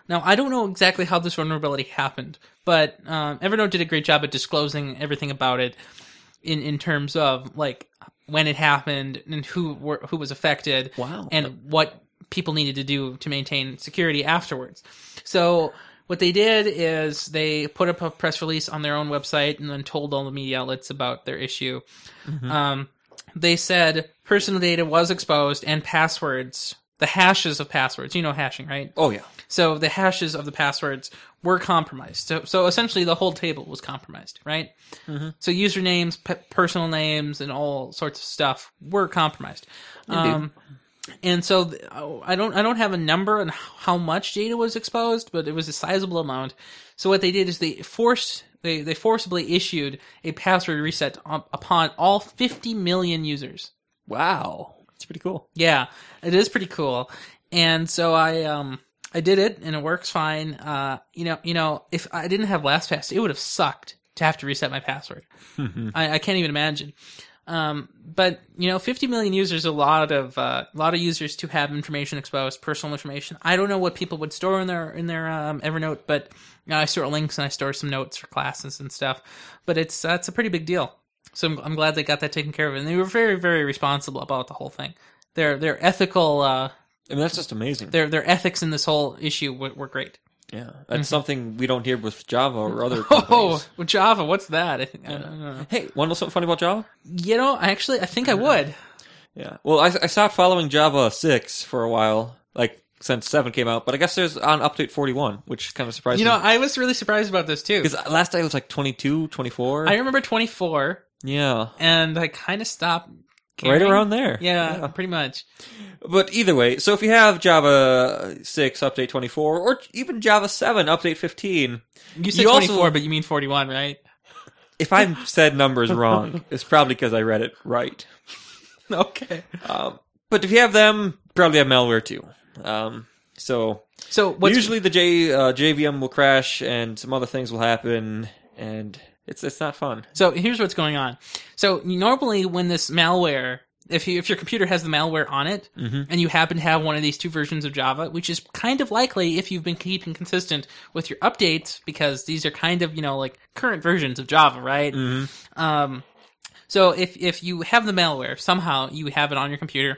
S2: Now, I don't know exactly how this vulnerability happened, but um, Evernote did a great job at disclosing everything about it in in terms of like when it happened and who were who was affected.
S1: Wow.
S2: and what people needed to do to maintain security afterwards. So what they did is they put up a press release on their own website and then told all the media outlets about their issue. Um, they said personal data was exposed and passwords, the hashes of passwords, you know hashing, right?
S1: Oh yeah.
S2: So the hashes of the passwords were compromised. So, so essentially, the whole table was compromised, right? Mm-hmm. So usernames, pe- personal names, and all sorts of stuff were compromised. Um, and so th- oh, I don't I don't have a number on how much data was exposed, but it was a sizable amount. So what they did is they forced they, they forcibly issued a password reset up- upon all 50 million users.
S1: Wow. It's pretty cool.
S2: Yeah, it is pretty cool. And so I um I did it and it works fine. Uh you know, you know, if I didn't have LastPass, it would have sucked to have to reset my password. I, I can't even imagine. Um but you know, 50 million users a lot of uh, a lot of users to have information exposed, personal information. I don't know what people would store in their in their um, Evernote, but you know, I store links and I store some notes for classes and stuff. But it's that's a pretty big deal. So I'm, I'm glad they got that taken care of, and they were very, very responsible about the whole thing. Their their ethical uh,
S1: I mean, that's just amazing.
S2: their their ethics in this whole issue were, were great.
S1: Yeah, that's something we don't hear with Java or other
S2: Mm-hmm. Oh,
S1: companies.
S2: Java, what's that? I think, I don't know.
S1: Hey, want to know something funny about Java?
S2: You know, I actually, I think I would.
S1: Yeah. Well, I, I stopped following Java 6 for a while, like since 7 came out, but I guess there's on update 41, which kind of surprised
S2: You know,
S1: me.
S2: I was really surprised about this too.
S1: Because last I was like 22, 24.
S2: I remember 24,
S1: yeah.
S2: and I kind of stopped.
S1: Right
S2: caring.
S1: around there.
S2: Yeah, pretty much.
S1: But either way, so if you have Java 6 update 24 or even Java 7 update 15,
S2: You said
S1: You also-
S2: 24, but you mean 41, right?
S1: if I said numbers wrong, it's probably because I read it right.
S2: Okay.
S1: Um, but if you have them, probably have malware too. Um, so
S2: So what's
S1: Usually the J, uh, JVM will crash and some other things will happen and it's it's not fun.
S2: So here's what's going on. So normally when this malware, if you, if your computer has the malware on it, and you happen to have one of these two versions of Java, which is kind of likely if you've been keeping consistent with your updates, because these are kind of you know like current versions of Java, right? Um, so if if you have the malware somehow you have it on your computer,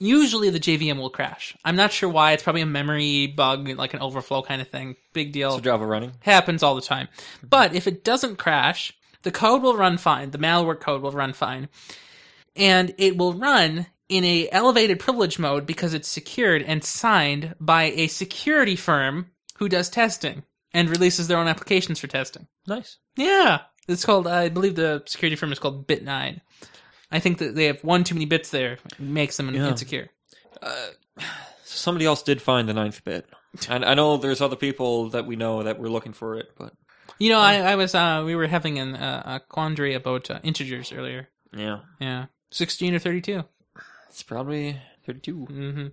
S2: usually the JVM will crash. I'm not sure why. It's probably a memory bug, like an overflow kind of thing. Big deal
S1: So Java running.
S2: happens all the time. But if it doesn't crash, the code will run fine. The malware code will run fine. And it will run in a elevated privilege mode because it's secured and signed by a security firm who does testing and releases their own applications for testing.
S1: Nice.
S2: Yeah, it's called. I believe the security firm is called Bit Nine. I think that they have one too many bits there it makes them
S1: Yeah.
S2: insecure.
S1: Uh, Somebody else did find the ninth bit, and I know there's other people that we know that were looking for it, but
S2: You know, I, I was uh, we were having an, uh, a quandary about uh, integers earlier.
S1: yeah,
S2: Yeah, sixteen or thirty-two.
S1: it's probably thirty-two.
S2: Mm-hmm.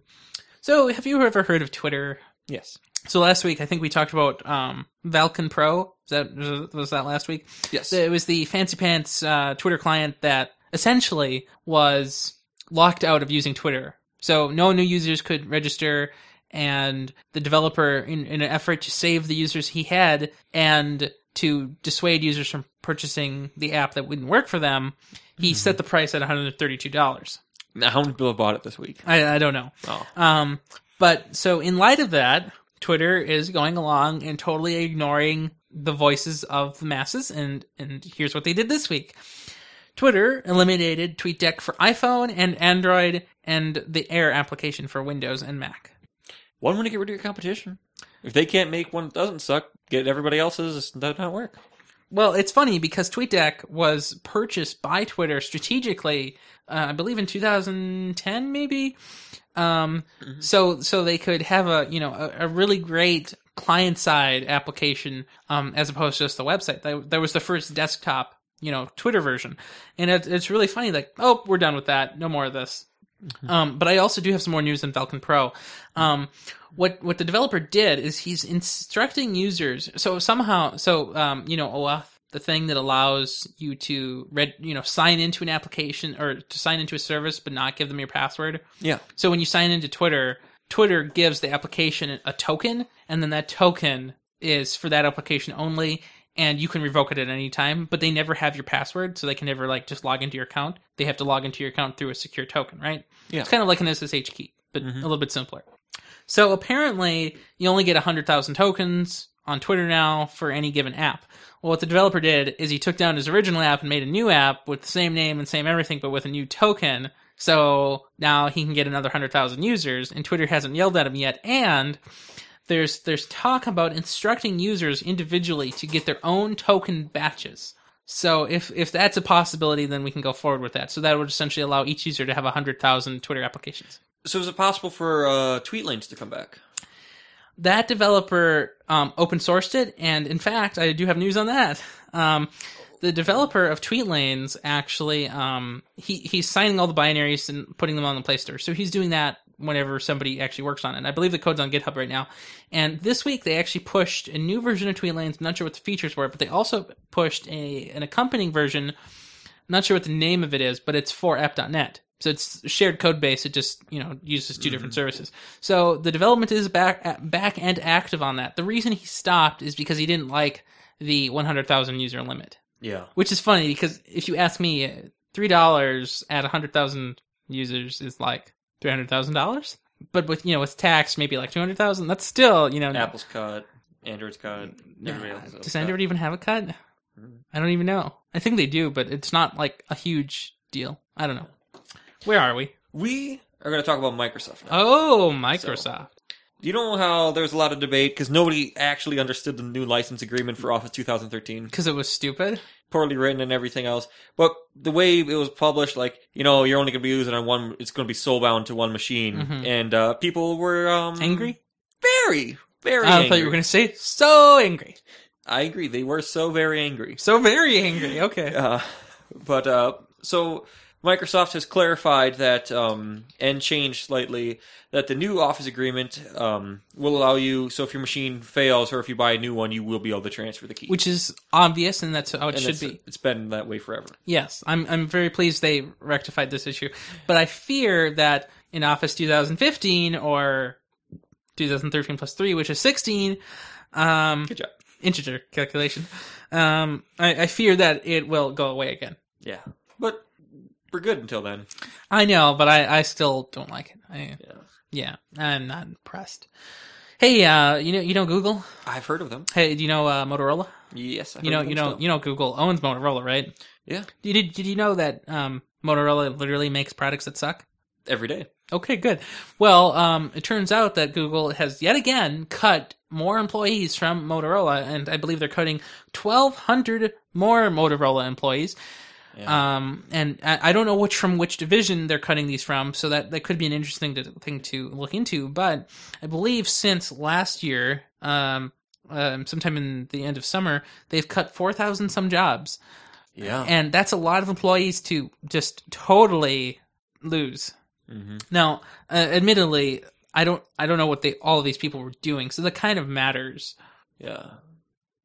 S2: So, have you ever heard of Twitter?
S1: Yes.
S2: So last week, I think we talked about um, Falcon Pro. Is that was that last week?
S1: Yes.
S2: It was the fancy pants uh, Twitter client that essentially was locked out of using Twitter. So no new users could register, and the developer, in, in an effort to save the users he had and to dissuade users from purchasing the app that wouldn't work for them, he set the price at $132.
S1: Now, how many people bought it this week?
S2: I, I don't know.
S1: Oh,
S2: Um, but so in light of that, Twitter is going along and totally ignoring the voices of the masses. And, and here's what they did this week. Twitter eliminated TweetDeck for iPhone and Android and the Air application for Windows and Mac.
S1: one want to get rid of your competition. If they can't make one that doesn't suck, get everybody else's. It's- That not work.
S2: Well, it's funny because TweetDeck was purchased by Twitter strategically, uh, I believe in 2010, maybe. Um, so so they could have a you know a, a really great client side application um, as opposed to just the website. That, that was the first desktop you know Twitter version, and it, it's really funny. Like, oh, we're done with that. No more of this. Um, but I also do have some more news on Falcon Pro. Um, what what the developer did is he's instructing users. So somehow, so um, you know, OAuth, the thing that allows you to read, you know, sign into an application or to sign into a service but not give them your password.
S1: Yeah.
S2: So when you sign into Twitter, Twitter gives the application a token, and then that token is for that application only, and you can revoke it at any time, but they never have your password, so they can never like just log into your account. They have to log into your account through a secure token, right?
S1: Yeah.
S2: It's kind of like an SSH key, but
S1: Mhm.
S2: a little bit simpler. So apparently, you only get 100,000 tokens on Twitter now for any given app. Well, what the developer did is he took down his original app and made a new app with the same name and same everything, but with a new token. So now he can get another 100,000 users, and Twitter hasn't yelled at him yet. And there's there's talk about instructing users individually to get their own token batches. So if if that's a possibility, then we can go forward with that. So that would essentially allow each user to have 100,000 Twitter applications.
S1: So is it possible for uh, tweet lanes to come back?
S2: that developer um, open sourced it, and in fact, I do have news on that. Um, the developer of TweetLanes actually um, he he's signing all the binaries and putting them on the Play Store, so he's doing that whenever somebody actually works on it. And I believe the code's on GitHub right now. And this week they actually pushed a new version of TweetLanes. I'm not sure what the features were, but they also pushed a an accompanying version. I'm not sure what the name of it is, but it's for app.net. So it's shared code base. It just you know uses 2 different services. So the development is back back and active on that. The reason he stopped is because he didn't like the 100,000 user limit,
S1: Yeah.
S2: which is funny because if you ask me, uh, three dollars at 100,000 users is like three hundred thousand dollars. But with you know with tax maybe like two hundred thousand. That's still you know
S1: Apple's cut. Android's cut. Everybody
S2: Nah,
S1: else's
S2: does
S1: cut.
S2: Android even have a cut?
S1: Mm.
S2: I don't even know. I think they do, but it's not like a huge deal. I don't know. Where are we?
S1: We are going to talk about Microsoft now.
S2: Oh, Microsoft.
S1: You know how there's a lot of debate because nobody actually understood the new license agreement for Office 2013,
S2: Because it was stupid.
S1: poorly written and everything else. But the way it was published, like you know, you're only going to be using it on one. It's going to be soul bound to one machine,
S2: Mhm.
S1: and uh, people were um,
S2: Angry?
S1: very, very.
S2: I
S1: angry.
S2: thought you were going to say so angry.
S1: I agree. They were so very angry.
S2: So very angry. Okay.
S1: Uh, but uh, so Microsoft has clarified that um, and changed slightly that the new Office agreement um, will allow you. So if your machine fails or if you buy a new one, you will be able to transfer the key.
S2: Which is obvious, and that's how it
S1: And
S2: should
S1: it's-
S2: be.
S1: It's been that way forever.
S2: Yes, I'm. I'm very pleased they rectified this issue, but I fear that in Office 2015 or 2013 plus three, which is 16, um,
S1: Good job.
S2: integer calculation, um, I, I fear that it will go away again.
S1: Yeah, but we're good until then.
S2: I know, but I, I still don't like it. I,
S1: Yeah,
S2: yeah, I'm not impressed. Hey, uh, you know, you know Google.
S1: I've heard of them.
S2: Hey, do you know uh, Motorola?
S1: Yes, I've
S2: You
S1: heard
S2: know,
S1: of
S2: you
S1: them
S2: know,
S1: still.
S2: you know Google owns Motorola, right?
S1: Yeah.
S2: Did did you know that um, Motorola literally makes products that suck?
S1: every day.
S2: Okay, good. Well, um, it turns out that Google has yet again cut more employees from Motorola, and I believe they're cutting 1,200 more Motorola employees.
S1: Yeah.
S2: Um, and I, I don't know which from which division they're cutting these from, so that, that could be an interesting to, thing to look into. But I believe since last year, um, um, sometime in the end of summer, they've cut 4,000 some jobs.
S1: yeah.
S2: And that's a lot of employees to just totally lose.
S1: hmm
S2: Now, uh, admittedly, I don't I don't know what they all of these people were doing, so that kind of matters.
S1: Yeah.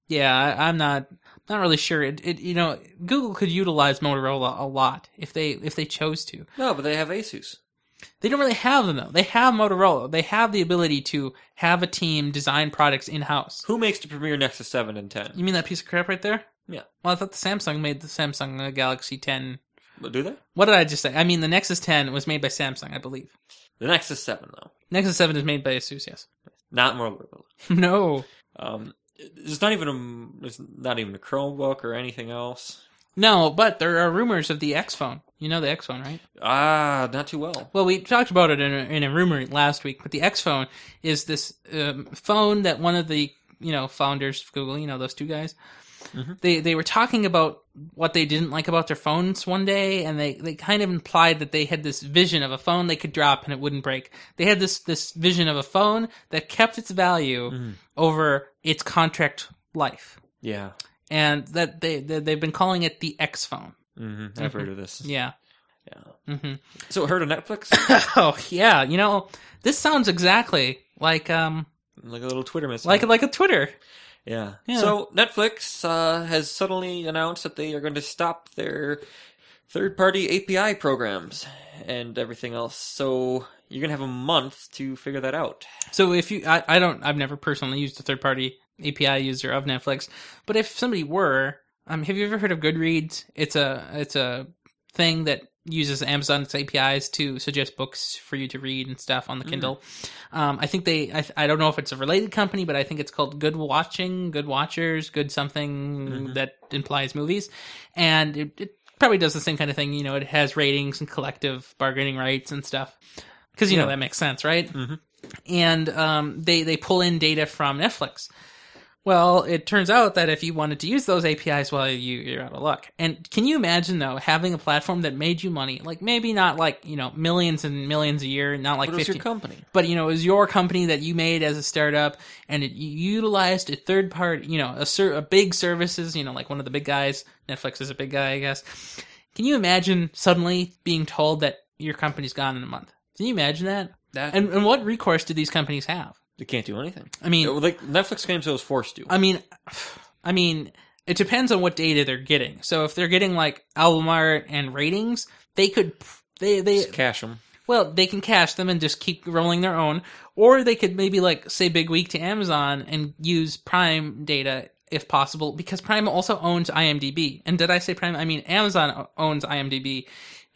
S2: Yeah, I, I'm not not really sure. It, it you know Google could utilize Motorola a lot if they if they chose to.
S1: No, but they have Asus.
S2: They don't really have them though. They have Motorola. They have the ability to have a team design products in house.
S1: Who makes the Premier Nexus 7 and 10?
S2: You mean that piece of crap right there?
S1: Yeah.
S2: Well, I thought the Samsung made the Samsung uh, Galaxy 10.
S1: Well, Do they?
S2: What did I just say? I mean the Nexus 10 was made by Samsung, I believe.
S1: The Nexus 7, though.
S2: Nexus 7 is made by Asus. Yes.
S1: Not Motorola.
S2: no.
S1: Um, there's not even a, there's not even a Chromebook or anything else.
S2: No, but there are rumors of the X phone. You know the X phone, right?
S1: Ah, not too well.
S2: Well, we talked about it in a, in a rumor last week, but the X phone is this um, phone that one of the you know founders of Google, you know those two guys,
S1: Mhm.
S2: they they were talking about what they didn't like about their phones one day, and they they kind of implied that they had this vision of a phone they could drop and it wouldn't break. They had this this vision of a phone that kept its value
S1: Mhm.
S2: over its contract life,
S1: Yeah.
S2: and that they, they they've been calling it the X phone.
S1: hmm I've
S2: Mhm.
S1: heard of this.
S2: Yeah.
S1: Yeah.
S2: hmm
S1: So, heard of Netflix?
S2: oh yeah, you know this sounds exactly like um
S1: like a little Twitter message.
S2: like like a Twitter.
S1: Yeah.
S2: Yeah.
S1: So Netflix uh, has suddenly announced that they are going to stop their third-party API programs and everything else. So you're going to have a month to figure that out.
S2: So if you, I, I don't, I've never personally used a third party API user of Netflix, but if somebody were, um, have you ever heard of Goodreads? It's a it's a thing that uses Amazon's APIs to suggest books for you to read and stuff on the
S1: Mm.
S2: Kindle. Um, I think they, I, I don't know if it's a related company, but I think it's called Good Watching, Good Watchers, Good something
S1: Mhm.
S2: that implies movies, and it. it Probably does the same kind of thing, you know. It has ratings and collective bargaining rights and stuff, because you know
S1: Yeah.
S2: that makes sense, right?
S1: Mhm.
S2: and um, they they pull in data from Netflix. Well, it turns out that if you wanted to use those APIs, well, you you're out of luck. And can you imagine though having a platform that made you money? Like maybe not like you know millions and millions a year, not like
S1: What is
S2: fifty.
S1: your company?
S2: but you know, it was your company that you made as a startup, and it you utilized a third party, you know, a, ser- a big services, you know, like one of the big guys. Netflix is a big guy, I guess. Can you imagine suddenly being told that your company's gone in a month? Can you imagine that?
S1: That
S2: And, and what recourse do these companies have?
S1: they can't do anything.
S2: I mean,
S1: Like Netflix claims it was forced to.
S2: I mean, I mean, it depends on what data they're getting. So if they're getting like album art and ratings, they could they they
S1: Just cash them.
S2: well they can cash them and just keep rolling their own, or they could maybe like say Big Week to Amazon and use Prime data if possible because Prime also owns IMDb. And did I say Prime? I mean Amazon o- owns IMDb,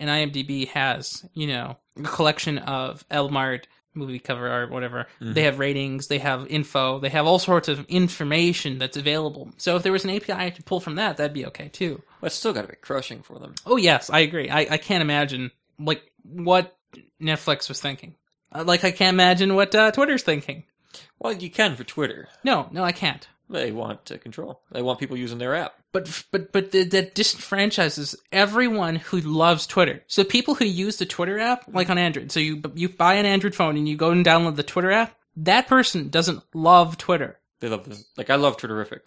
S2: and IMDb has you know a collection of album art, movie cover art, whatever.
S1: Mhm.
S2: They have ratings, they have info, they have all sorts of information that's available. So if there was an API to pull from that, that'd be okay too.
S1: But it's still got to be crushing for them.
S2: Oh yes, I agree. I, I can't imagine like what Netflix was thinking. Uh, Like I can't imagine what uh, Twitter's thinking.
S1: Well, you can for Twitter.
S2: No, no, I can't.
S1: They want uh, control. They want people using their app.
S2: But but but th- that disenfranchises everyone who loves Twitter. So people who use the Twitter app, like on Android, so you you buy an Android phone and you go and download the Twitter app. That person doesn't love Twitter.
S1: They love them. Like I love Twitterific.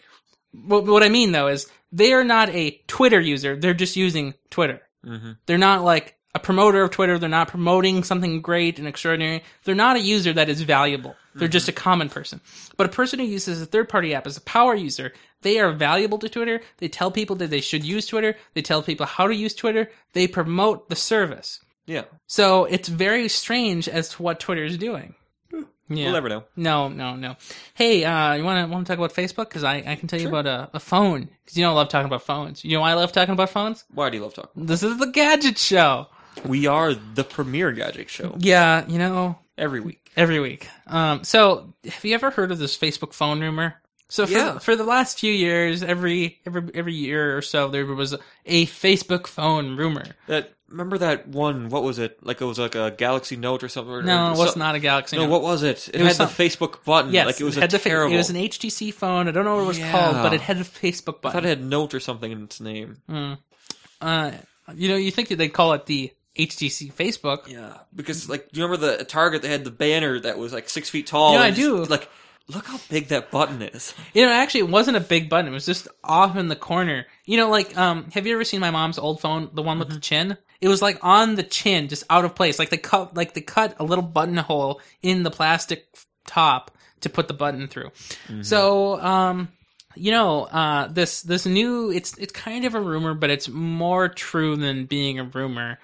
S2: What, what I mean though is they are not a Twitter user. They're just using Twitter.
S1: Mm-hmm.
S2: They're not like a promoter of Twitter. They're not promoting something great and extraordinary. They're not a user that is valuable. They're just a common person. But a person who uses a third party app as a power user, they are valuable to Twitter. They tell people that they should use Twitter. They tell people how to use Twitter. They promote the service.
S1: Yeah.
S2: So it's very strange as to what Twitter is doing. Yeah.
S1: We'll never know.
S2: No, no, no. Hey, uh, you want to want to talk about Facebook? Because I, I can tell you
S1: Sure.
S2: about a, a phone. Because you know I love talking about phones. You know why I love talking about phones?
S1: Why do you love talking?
S2: This is the gadget show.
S1: We are the premier gadget show
S2: Yeah, you know,
S1: every week.
S2: every week. Um, so have you ever heard of this Facebook phone rumor? So for,
S1: Yeah.
S2: for the last few years, every every every year or so, there was a Facebook phone rumor.
S1: That remember that one? What was it? Like it was like a Galaxy Note or something. or-
S2: No, it was
S1: so-
S2: not a Galaxy.
S1: No,
S2: Note.
S1: what was it? It,
S2: was
S1: had the
S2: some-
S1: Facebook button.
S2: Yes,
S1: like it was
S2: had
S1: a
S2: the fa-
S1: terrible.
S2: It was an HTC phone. I don't know what it was
S1: Yeah.
S2: called, but it had a Facebook
S1: I thought it
S2: button.
S1: had Note or something in its name.
S2: Mm. uh, you know, you think they call it the HTC Facebook?
S1: Yeah, because like, do you remember the Target? They had the banner that was like six feet tall.
S2: Yeah, I
S1: and just,
S2: do.
S1: Like, look how big that button is.
S2: You know, actually, it wasn't a big button. It was just off in the corner. You know, like, um, have you ever seen my mom's old phone, the one with the chin? It was like on the chin, just out of place. Like they cut, like they cut a little buttonhole in the plastic top to put the button through. So, um, you know, uh, this this new it's it's kind of a rumor, but it's more true than being a rumor.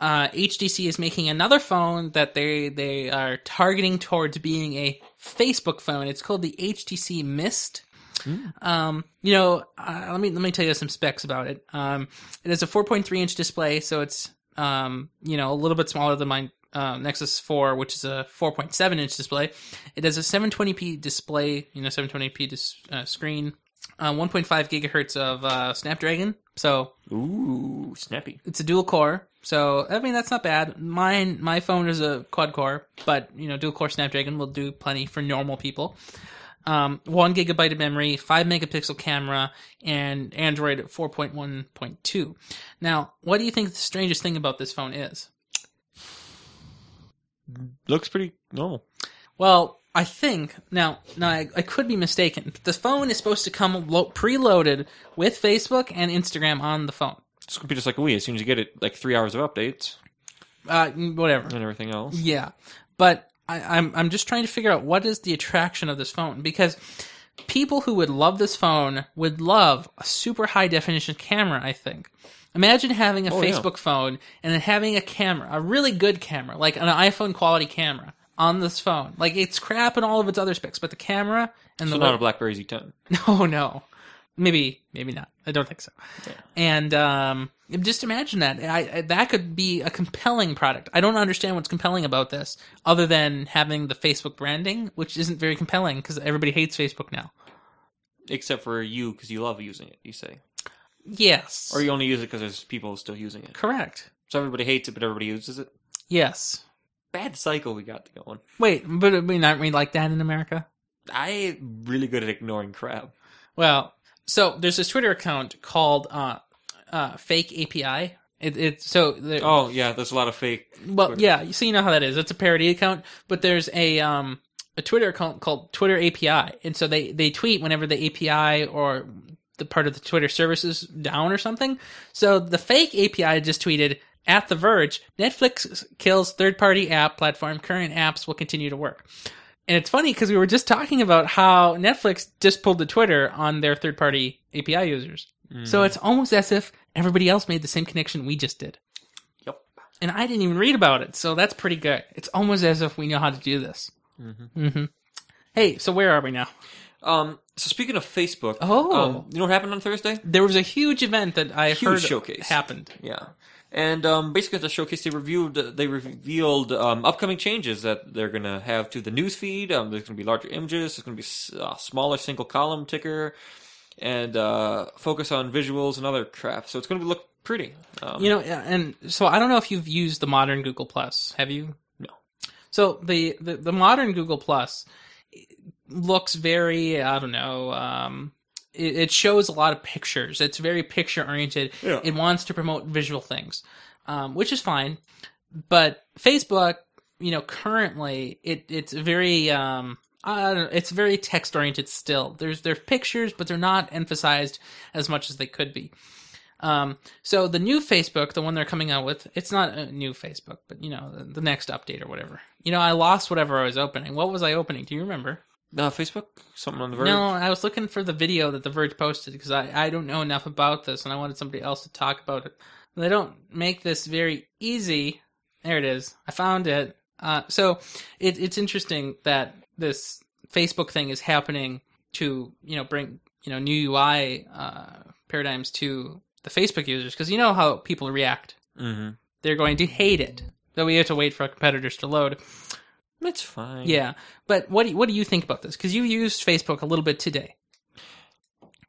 S2: Uh, HTC is making another phone that they they are targeting towards being a Facebook phone. It's called the HTC Mist. Um, you know, uh, let me let me tell you some specs about it. Um, it has a 4.3 inch display, so it's um, you know, a little bit smaller than my uh, Nexus 4, which is a 4.7 inch display. It has a 720p display, you know, 720p dis- uh, screen, uh, 1.5 gigahertz of uh, Snapdragon. So
S1: Ooh, snappy.
S2: it's a dual core. So I mean, that's not bad. Mine, my phone is a quad core, but you know, dual core Snapdragon will do plenty for normal people. Um, one gigabyte of memory, five megapixel camera, and Android 4.1.2. Now, what do you think the strangest thing about this phone is?
S1: Looks pretty normal.
S2: Well, I think now, now I, I could be mistaken. But the phone is supposed to come lo- preloaded with Facebook and Instagram on the phone.
S1: It's gonna be just like a Wii. As soon as you get it, like three hours of updates
S2: Uh, whatever.
S1: and everything else.
S2: Yeah, but I, I'm I'm just trying to figure out what is the attraction of this phone because people who would love this phone would love a super high definition camera. I think. Imagine having a
S1: Oh, yeah.
S2: Facebook phone and then having a camera, a really good camera, like an iPhone quality camera on this phone. Like it's crap in all of its other specs, but the camera and
S1: So
S2: the
S1: not a BlackBerry Z10.
S2: no, Oh, no. Maybe, maybe not. I don't think so. And um, just imagine that. I, I, that could be a compelling product. I don't understand what's compelling about this, other than having the Facebook branding, which isn't very compelling because everybody hates Facebook now.
S1: Except for you, because you love using it. You say,
S2: Yes.
S1: or you only use it because there's people still using it.
S2: correct?
S1: So everybody hates it, but everybody uses it.
S2: Yes.
S1: Bad cycle we got going.
S2: Wait, but I mean, aren't we like that in America?
S1: I'm really good at ignoring crap.
S2: Well, so there's this Twitter account called uh, uh, Fake API. It, it so there,
S1: Oh yeah, there's a lot of fake.
S2: Well,
S1: Twitter.
S2: yeah, so you know how that is. It's a parody account, but there's a um a Twitter account called Twitter API, and so they they tweet whenever the API or the part of the Twitter service is down or something. So the fake API just tweeted at The Verge, Netflix kills third party app platform. Current apps will continue to work. And it's funny because we were just talking about how Netflix just pulled the Twitter on their third party API users.
S1: Mm. Mm-hmm.
S2: So it's almost as if everybody else made the same connection we just did
S1: Yep.
S2: and I didn't even read about it, so that's pretty good. It's almost as if we know how to do this. Mm-hmm. Hey, so where are we now?
S1: Um. So speaking of Facebook,
S2: Oh.
S1: um, you know what happened on Thursday?
S2: There was a huge event that I
S1: Huge
S2: heard
S1: showcase.
S2: happened.
S1: Yeah. And um, basically, at the showcase, they reviewed they revealed um, upcoming changes that they're going to have to the newsfeed. Um, there's going to be larger images. There's going to be s- uh, smaller single column ticker, and uh, focus on visuals and other crap. So it's going to look pretty. Um,
S2: You know, yeah, and so I don't know if you've used the modern Google Plus. Have you?
S1: No.
S2: So the the, the modern Google Plus looks very I don't know. Um, it, it shows a lot of pictures. It's very picture oriented.
S1: Yeah.
S2: It wants to promote visual things, um, which is fine. But Facebook, you know, currently it it's very um, I don't know, it's very text oriented still. There's there's pictures, but they're not emphasized as much as they could be. Um, so the new Facebook, the one they're coming out with, it's not a new Facebook, but you know, the, the next update or whatever. You know, I lost whatever I was opening. What was I opening? Do you remember?
S1: uh, Facebook something on the verge.
S2: No, I was looking for the video that The Verge posted because I, I don't know enough about this and I wanted somebody else to talk about it. They don't make this very easy. There it is. I found it. Uh, so it, it's interesting that this Facebook thing is happening to you know bring you know new UI uh, paradigms to the Facebook users because you know how people react.
S1: Mm-hmm.
S2: They're going to hate it. So we have to wait for our competitors to load.
S1: It's fine.
S2: Yeah, but what do you, what do you think about this? Because you used Facebook a little bit today.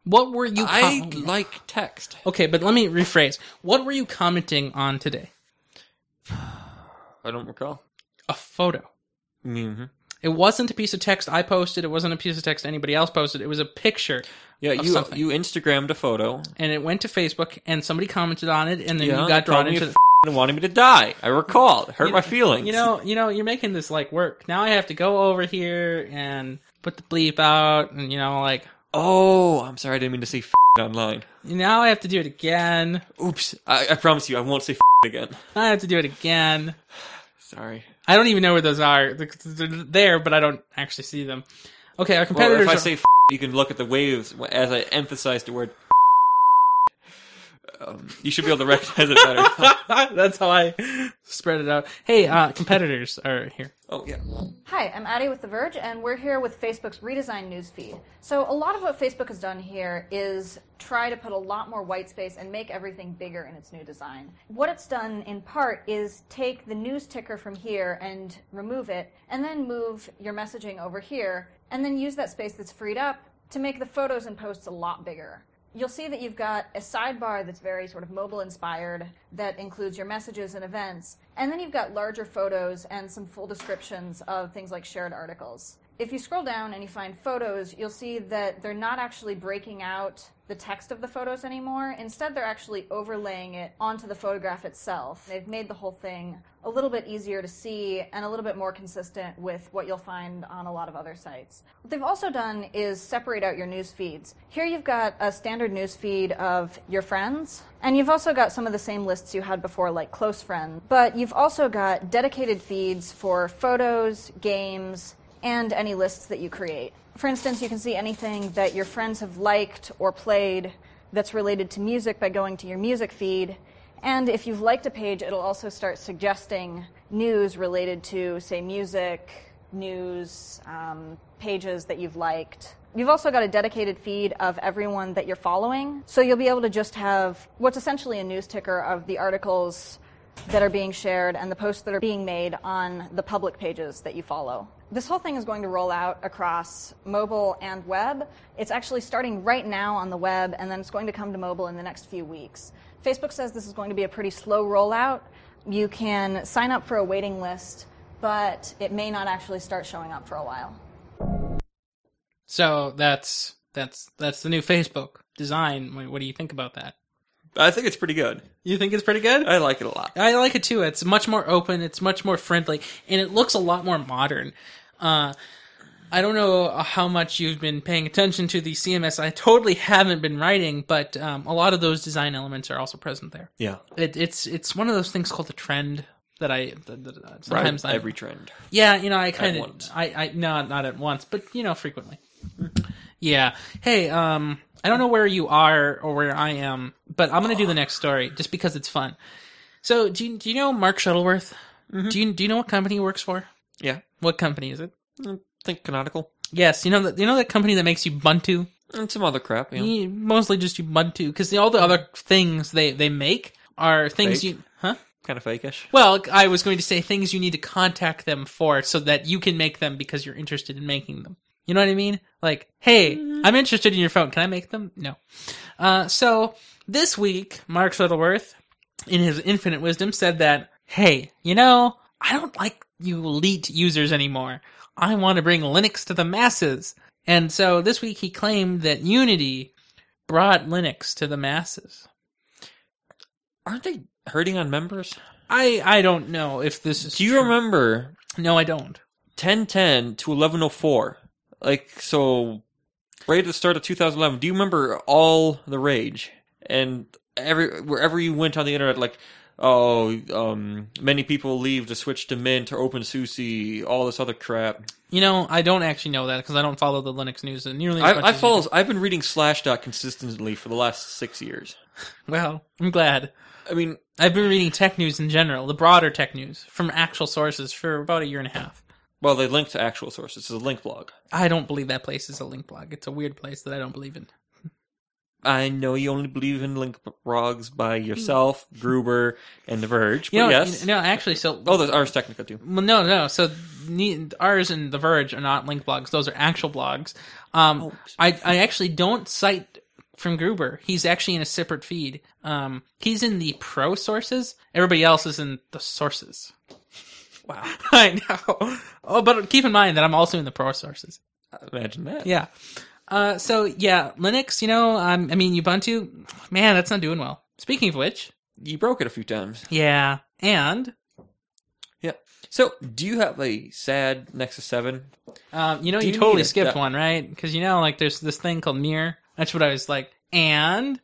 S2: What were you?
S1: I
S2: com-
S1: like text.
S2: okay, but let me rephrase. What were you commenting on today?
S1: I don't recall.
S2: A photo.
S1: hmm
S2: It wasn't a piece of text I posted. It wasn't a piece of text anybody else posted. It was a picture,
S1: Yeah,
S2: Of
S1: you
S2: something.
S1: you Instagrammed a photo.
S2: and it went to Facebook, and somebody commented on it, and then
S1: yeah,
S2: you got drawn
S1: called me
S2: into.
S1: a
S2: the-
S1: f- and wanted me to die. I recall. It hurt
S2: You-
S1: my feelings.
S2: you know, you know, you're making this like work. Now I have to go over here and put the bleep out, and you know, like
S1: Oh, I'm sorry. I didn't mean to say f- online.
S2: now I have to do it again.
S1: Oops. I, I promise you, I won't say f- again.
S2: I have to do it again.
S1: Sorry.
S2: I don't even know where those are. They're there, but I don't actually see them. Okay, our
S1: Well,
S2: competitors.
S1: if I
S2: are-
S1: say f- you can look at the waves as I emphasize the word. f- Um, you should be able to recognize it better.
S2: That's how I spread it out. Hey, uh, competitors are here.
S1: oh yeah.
S3: Hi, I'm Addie with The Verge, and we're here with Facebook's redesigned newsfeed. So, a lot of what Facebook has done here is try to put a lot more white space and make everything bigger in its new design. What it's done in part is take the news ticker from here and remove it, and then move your messaging over here, and then use that space that's freed up to make the photos and posts a lot bigger you'll see that you've got a sidebar that's very sort of mobile inspired that includes your messages and events. And then you've got larger photos and some full descriptions of things like shared articles. If you scroll down and you find photos, you'll see that they're not actually breaking out the text of the photos anymore. Instead, they're actually overlaying it onto the photograph itself. They've made the whole thing a little bit easier to see and a little bit more consistent with what you'll find on a lot of other sites. What they've also done is separate out your news feeds. Here you've got a standard news feed of your friends, and you've also got some of the same lists you had before, like close friends, but you've also got dedicated feeds for photos, games, and any lists that you create. For instance, you can see anything that your friends have liked or played that's related to music by going to your music feed. And if you've liked a page, it'll also start suggesting news related to, say, music, news, um, pages that you've liked. You've also got a dedicated feed of everyone that you're following, so you'll be able to just have what's essentially a news ticker of the articles that are being shared and the posts that are being made on the public pages that you follow. This whole thing is going to roll out across mobile and web. It's actually starting right now on the web and then it's going to come to mobile in the next few weeks. Facebook says this is going to be a pretty slow rollout. You can sign up for a waiting list, but it may not actually start showing up for a while.
S2: So that's that's that's the new Facebook design. What- What do you think about that?
S1: I think it's pretty good.
S2: You think it's pretty good?
S1: I like it a lot.
S2: I like it too. It's much more open. It's much more friendly, and it looks a lot more modern. Uh, I don't know how much you've been paying attention to the CMS. I totally haven't been writing, but um, a lot of those design elements are also present there.
S1: Yeah.
S2: It, it's it's one of those things called a trend that I that, that, that
S1: Right.
S2: sometimes I
S1: Every trend.
S2: yeah, you know, I kind of,
S1: once.
S2: I, I, no, not at once, but you know, frequently. yeah. Hey, um, I don't know where you are or where I am, but I'm gonna do the next story just because it's fun. So, do you, do you know Mark Shuttleworth? Do you do you know what company he works for?
S1: Yeah.
S2: What company is it?
S1: I think canonical
S2: Yes, you know that you know that company that makes Ubuntu.
S1: and some other crap. Yeah.
S2: You- Mostly just Ubuntu, because all the other things they they make are things
S1: Fake.
S2: you huh.
S1: Kind of fakeish.
S2: Well, I was going to say things you need to contact them for so that you can make them because you're interested in making them. You know what I mean? Like, hey,
S1: Mm-hmm.
S2: I'm interested in your phone. Can I make them? No. Uh, so this week, Mark Shuttleworth, in his infinite wisdom, said that, hey, you know, I don't like you elite users anymore. I want to bring Linux to the masses. And so this week he claimed that Unity brought Linux to the masses.
S1: Aren't they hurting on members?
S2: I, I don't know if this is
S1: Do you
S2: true.
S1: remember
S2: No, I don't.
S1: 1010 to 1104? Like so, right at the start of 2011. Do you remember all the rage and every wherever you went on the internet, like? Oh, um, many people leave to switch to Mint or OpenSUSE, all this other crap.
S2: You know, I don't actually know that because I don't follow the Linux news nearly as much
S1: I, I
S2: as you
S1: follow. I've been reading Slashdot consistently for the last six years.
S2: do. Well, I'm glad.
S1: I mean,
S2: I've been reading tech news in general, the broader tech news from actual sources for about a year and a half.
S1: well, they link to actual sources. It's a link blog.
S2: I don't believe that place is a link blog. It's a weird place that I don't believe in.
S1: I know you only believe in link blogs by yourself, Gruber, and The Verge. But
S2: You know,
S1: yes.
S2: No, actually, so
S1: oh, there's Ars Technica too.
S2: Well, no, no. So ne- ours and The Verge are not link blogs; those are actual blogs. Um, I I actually don't cite from Gruber. He's actually in a separate feed. Um, he's in the pro sources. Everybody else is in the sources.
S1: Wow.
S2: I know. Oh, but keep in mind that I'm also in the pro sources.
S1: Imagine that.
S2: Yeah. Uh, so yeah, Linux. You know, um, I mean Ubuntu. Man, that's not doing well. Speaking of which,
S1: You broke it a few times.
S2: yeah, and
S1: Yeah. So, do you have a sad Nexus 7?
S2: Um, you know,
S1: Do
S2: you,
S1: you need
S2: totally
S1: it? Uh,
S2: skipped
S1: Yeah.
S2: one, right? Because you know, like, there's this thing called mirror. That's what I was like, and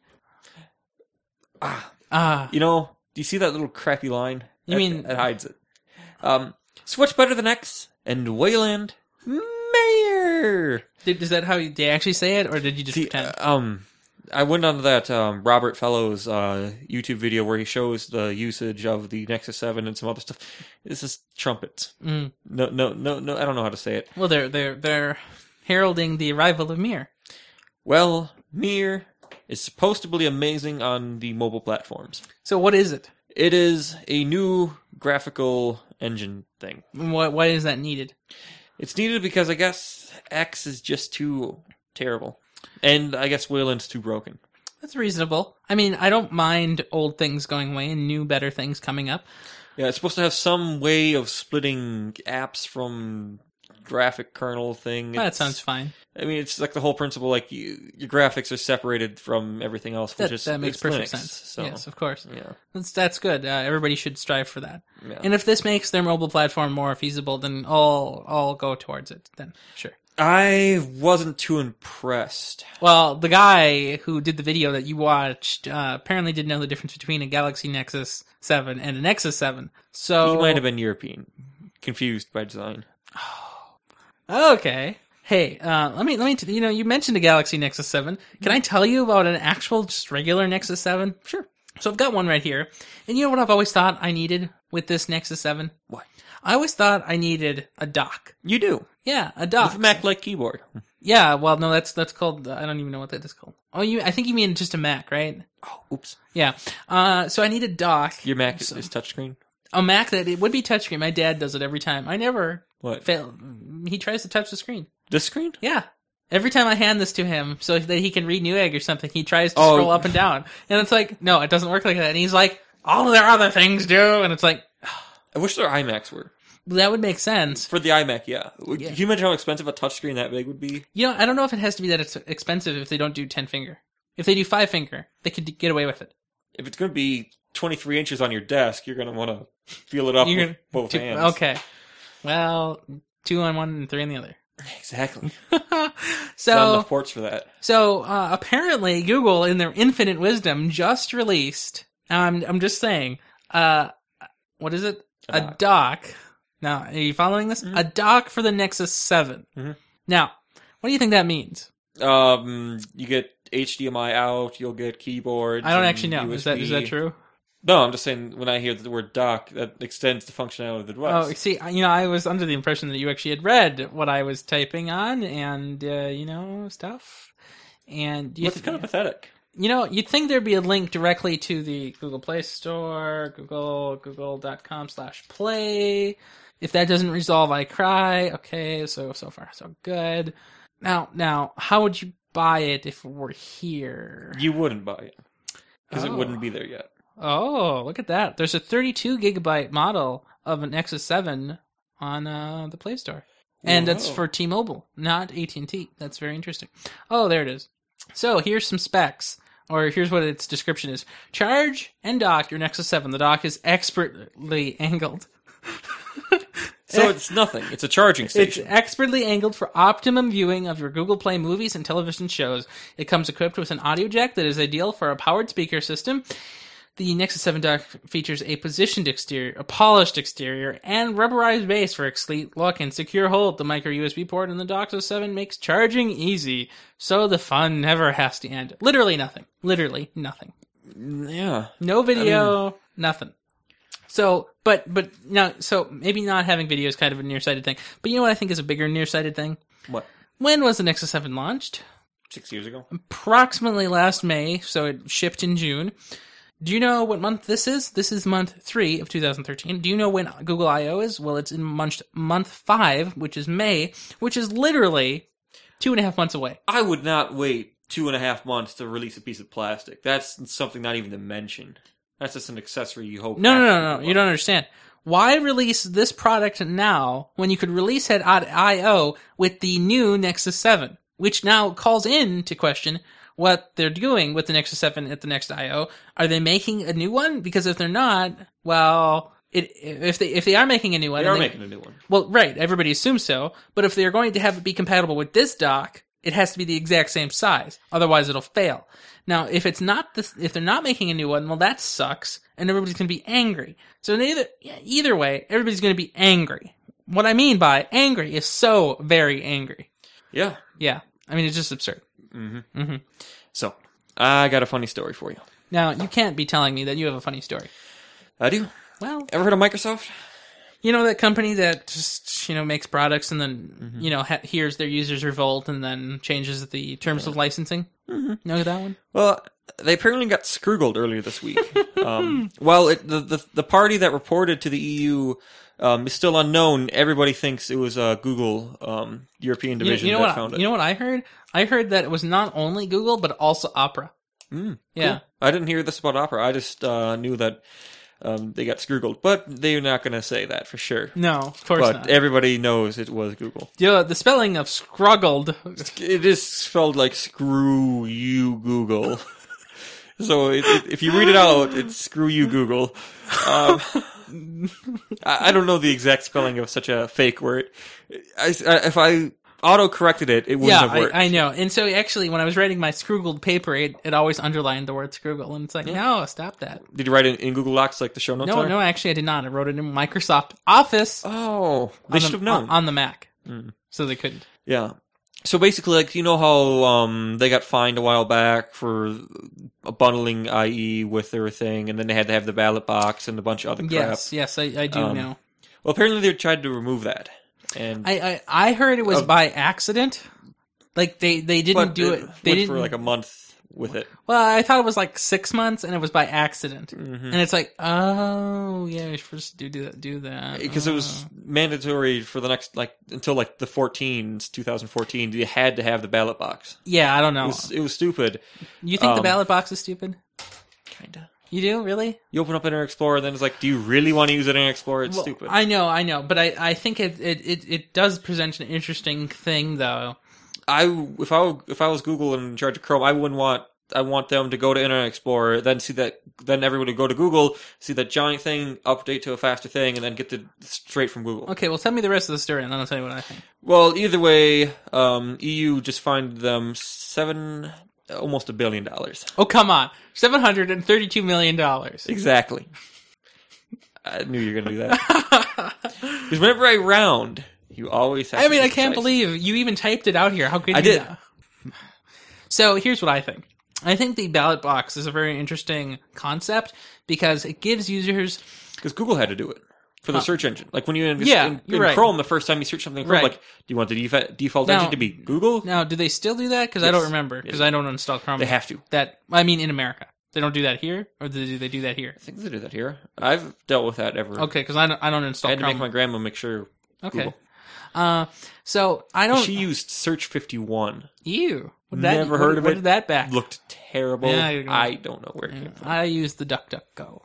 S1: Ah,
S2: ah,
S1: you know, do you see that little crappy line?
S2: You
S1: That-
S2: mean-
S1: That hides it. Um, Switch better than X and Wayland Mayor.
S2: did, is that how you, they actually say it, or did you just
S1: See,
S2: pretend?
S1: uh, um, I went on that um, Robert Fellows uh, YouTube video where he shows the usage of the Nexus Seven and some other stuff. This is trumpets.
S2: Mm.
S1: No, no, no, no. I don't know how to say it.
S2: Well, they're they're they're heralding the arrival of mirror.
S1: Well, Mir is supposed to be amazing on the mobile platforms.
S2: So what is it?
S1: It is a new graphical engine thing.
S2: Why why is that needed?
S1: It's needed because I guess X is just too terrible, and I guess Wayland's too broken.
S2: That's reasonable. I mean, I don't mind old things going away and new, better things coming up.
S1: Yeah, it's supposed to have some way of splitting apps from graphic kernel thing.
S2: That
S1: It's-
S2: sounds fine.
S1: I mean, it's like the whole principle, like you, your graphics are separated from everything else, which
S2: That,
S1: is
S2: that makes
S1: it's
S2: perfect
S1: Linux,
S2: sense.
S1: So
S2: Yes, of course.
S1: yeah,
S2: That's that's good. Uh, everybody should strive for that.
S1: yeah.
S2: And if this makes their mobile platform more feasible, then I'll I'll go towards it. Then sure.
S1: I wasn't too impressed.
S2: Well, the guy who did the video that you watched uh, apparently didn't know the difference between a Galaxy Nexus Seven and a Nexus Seven. So
S1: He might have been European, confused by design.
S2: okay. Hey, uh, let me let me t- you know you mentioned a Galaxy Nexus Seven.
S1: Mm-hmm.
S2: Can I tell you about an actual just regular Nexus Seven? Sure. So I've got one right here, and you know what I've always thought I needed with this Nexus Seven?
S1: What
S2: I always thought I needed a dock.
S1: you do
S2: Yeah, a dock.
S1: with a Mac-like keyboard?
S2: Yeah, well, no, that's that's called. I don't even know what that is called. Oh, you? I think you mean just a Mac, right?
S1: Oh, oops.
S2: Yeah. Uh, so I need a dock,
S1: Your Mac is is touchscreen.
S2: a Mac that it would be touchscreen. My dad does it every time. I never
S1: What
S2: fail. He tries to touch the screen.
S1: this screen?
S2: Yeah. Every time I hand this to him so that he can read Newegg or something, he tries to
S1: Oh.
S2: scroll up and down, and it's like, no, it doesn't work like that. And he's like, all of their other things do, and it's like.
S1: I wish their iMacs were
S2: That would make sense.
S1: for the iMac. Yeah, Would-
S2: Yeah.
S1: can you imagine how expensive a touchscreen that big would be?
S2: You know, I don't know if it has to be that it's expensive if they don't do 10 finger. If they do 5 finger, they could get away with it.
S1: If it's going to be 23 inches on your desk, you're going to want to feel it up
S2: You're
S1: with Oh, both
S2: Two-
S1: hands.
S2: Okay. Well, two on one and three on the other.
S1: exactly. Not
S2: so,
S1: enough ports for that.
S2: so uh, apparently, Google, in their infinite wisdom, just released. Um, I'm just saying. Uh, what is it?
S1: A
S2: A dock. Now, are you following this?
S1: Mhm.
S2: A dock for the Nexus 7
S1: Mhm.
S2: Now, what do you think that means?
S1: Um, you get HDMI out. You'll get keyboards.
S2: I don't
S1: and
S2: actually know. Is that is that
S1: USB.
S2: true?
S1: No, I'm just saying. When I hear the word dock, that extends the functionality of the device.
S2: Oh, see, I- you know, I was under the impression that you actually had read what I was typing on, and uh, you know, stuff. And you
S1: What's
S2: th-
S1: kind of pathetic?
S2: You know, you'd think there'd be a link directly to the Google Play Store, Google, google.com slash play. If that doesn't resolve, I cry. Okay, so, so far, so good. Now, now, how would you buy it if it were here?
S1: You wouldn't buy it because it
S2: Oh.
S1: wouldn't be there yet.
S2: Oh, look at that. There's a 32 gigabyte model of an Nexus 7 on uh, the Play Store. And that's
S1: Whoa.
S2: for T-Mobile, not AT&T. That's very interesting. Oh, there it is. So here's some specs, or here's what its description is. Charge and dock your Nexus 7. The dock is expertly angled.
S1: So it's nothing. It's a charging station.
S2: It's expertly angled for optimum viewing of your Google Play movies and television shows. It comes equipped with an audio jack that is ideal for a powered speaker system. The Nexus 7 dock features a positioned exterior, a polished exterior, and rubberized base for excellent look and secure hold. The micro USB port in the Doxo 7 makes charging easy, so the fun never has to end. Literally nothing. Literally nothing.
S1: yeah.
S2: No video, nothing. So, but but now, so maybe not having video is kind of a nearsighted thing. But you know what I think is a bigger nearsighted thing?
S1: What?
S2: When was the Nexus Seven launched?
S1: six years ago.
S2: approximately last May, so it shipped in June. Do you know what month this is? This is month three of 2013. Do you know when Google I/O is? Well, it's in month month five, which is May, which is literally two and a half months away.
S1: I would not wait two and a half months to release a piece of plastic. That's something not even to mention. That's just an accessory you hope.
S2: No, no, no, no. You don't understand. Why release this product now when you could release it at I/O with the new Nexus 7, which now calls in to question what they're doing with the Nexus 7 at the next I/O? Are they making a new one? Because if they're not, well, it, if they if they are making a new one,
S1: They are
S2: then-
S1: making a new one.
S2: well, right, everybody assumes so. But if they're going to have it be compatible with this dock, it has to be the exact same size. Otherwise, it'll fail. Now, if it's not this, if they're not making a new one, well, that sucks, and everybody's going to be angry. So neither, yeah, either way, everybody's going to be angry. What I mean by angry is so very angry.
S1: Yeah.
S2: Yeah, I mean it's just absurd.
S1: So I got a funny story for you.
S2: Now you can't be telling me that you have a funny story.
S1: I Uh, do.
S2: Well,
S1: Ever heard of Microsoft?
S2: you know that company that just you know makes products and then
S1: Mm-hmm.
S2: you know ha- hears their users revolt and then changes the terms of licensing. Mm-hmm. Know that one?
S1: Well, they apparently got scroogled earlier this week. um, while it, the, the the party that reported to the EU um, is still unknown, everybody thinks it was uh, Google um, European
S2: You,
S1: division
S2: you know
S1: that
S2: what?
S1: found
S2: I,
S1: it.
S2: you know what I heard? I heard that it was not only Google but also Opera.
S1: Mm,
S2: yeah,
S1: Cool. I didn't hear this about Opera. I just uh, knew that um, they got scroogled, but they're not going to say that for sure.
S2: no, of course
S1: But
S2: not.
S1: everybody knows it was Google.
S2: You know, the spelling of scruggled.
S1: It just felt like screw you, Google. so it, it, if you read it out, it's screw you, Google. Um, I, I don't know the exact spelling of such a fake word. I, I- if I auto corrected it, it wouldn't
S2: yeah,
S1: have worked.
S2: I, I know. And so actually, when I was writing my scruggled paper, it, it always underlined the word scruggle, and it's like, no, stop that.
S1: Did you write it in Google Docs like the show notes
S2: No,
S1: are?
S2: no, actually, I did not. I wrote it in Microsoft Office.
S1: Oh, they
S2: on
S1: should
S2: the-
S1: have known. Mm.
S2: on, on the Mac, so they couldn't.
S1: Yeah. So basically, like you know how um, they got fined a while back for bundling IE with their thing, and then they had to have the ballot box and a bunch of other crap.
S2: Yes, yes, I, I do
S1: Um,
S2: know.
S1: Well, apparently they tried to remove that, and
S2: I, I I heard it was
S1: Uh,
S2: by accident. Like they they didn't
S1: but
S2: do it. They
S1: went
S2: didn't.
S1: for like a month with it.
S2: well, I thought it was like six months, and it was by accident.
S1: Mhm.
S2: And it's like, oh yeah, you're supposed to do- do that. Do that
S1: Because it
S2: Uh.
S1: was mandatory for the next like until like the 14s, 2014, you had to have the ballot box.
S2: Yeah, I don't
S1: It
S2: know.
S1: was, it was stupid.
S2: you think the
S1: um,
S2: ballot box is stupid?
S1: Kinda.
S2: You do really?
S1: You open up Internet Explorer, and then it's like, do you really want to use Internet Explorer? It's
S2: Well,
S1: stupid.
S2: I know, I know, but I I think it it it, it does present an interesting thing though.
S1: I if I if I was Google and in charge of Chrome, I wouldn't want I want them to go to Internet Explorer, then see that then everyone would go to Google, see that giant thing, update to a faster thing, and then get the straight from Google.
S2: Okay, well, tell me the rest of the story, and then I'll tell you what I think.
S1: Well, either way, um, EU just fined them seven almost a billion dollars
S2: Oh come on, seven hundred and thirty-two million dollars.
S1: exactly. I knew you were gonna do that because whenever I round, you always. Have
S2: I
S1: to
S2: mean,
S1: be
S2: I can't
S1: precise.
S2: believe you even typed it out here. How could
S1: I
S2: you
S1: did.
S2: not? So here's what I think. I think the ballot box is a very interesting concept because it gives users
S1: Because Google had to do it for the search engine. Like when you in,
S2: Yeah,
S1: in,
S2: you're
S1: in
S2: right.
S1: Chrome, the first time you search something in Chrome,
S2: Right.
S1: like, do you want the defa- default
S2: Now-
S1: engine to be Google?
S2: now. Do they still do that? Because I
S1: Yes.
S2: don't remember. Because I don't install Chrome.
S1: They have to.
S2: that. I mean, in America, they don't do that here, or do they do that here?
S1: I think they do that here. I've dealt with that ever.
S2: Okay, because I don't. I don't
S1: I
S2: install
S1: had to
S2: Chrome.
S1: make my grandma make sure.
S2: okay.
S1: Google.
S2: Uh, so I don't.
S1: She used Search 51.
S2: ew. What did
S1: Never heard
S2: what,
S1: of
S2: what
S1: it.
S2: Did that back?
S1: Looked terrible.
S2: Ah. Yeah, you're gonna-
S1: I don't know where it came from.
S2: I use the DuckDuckGo.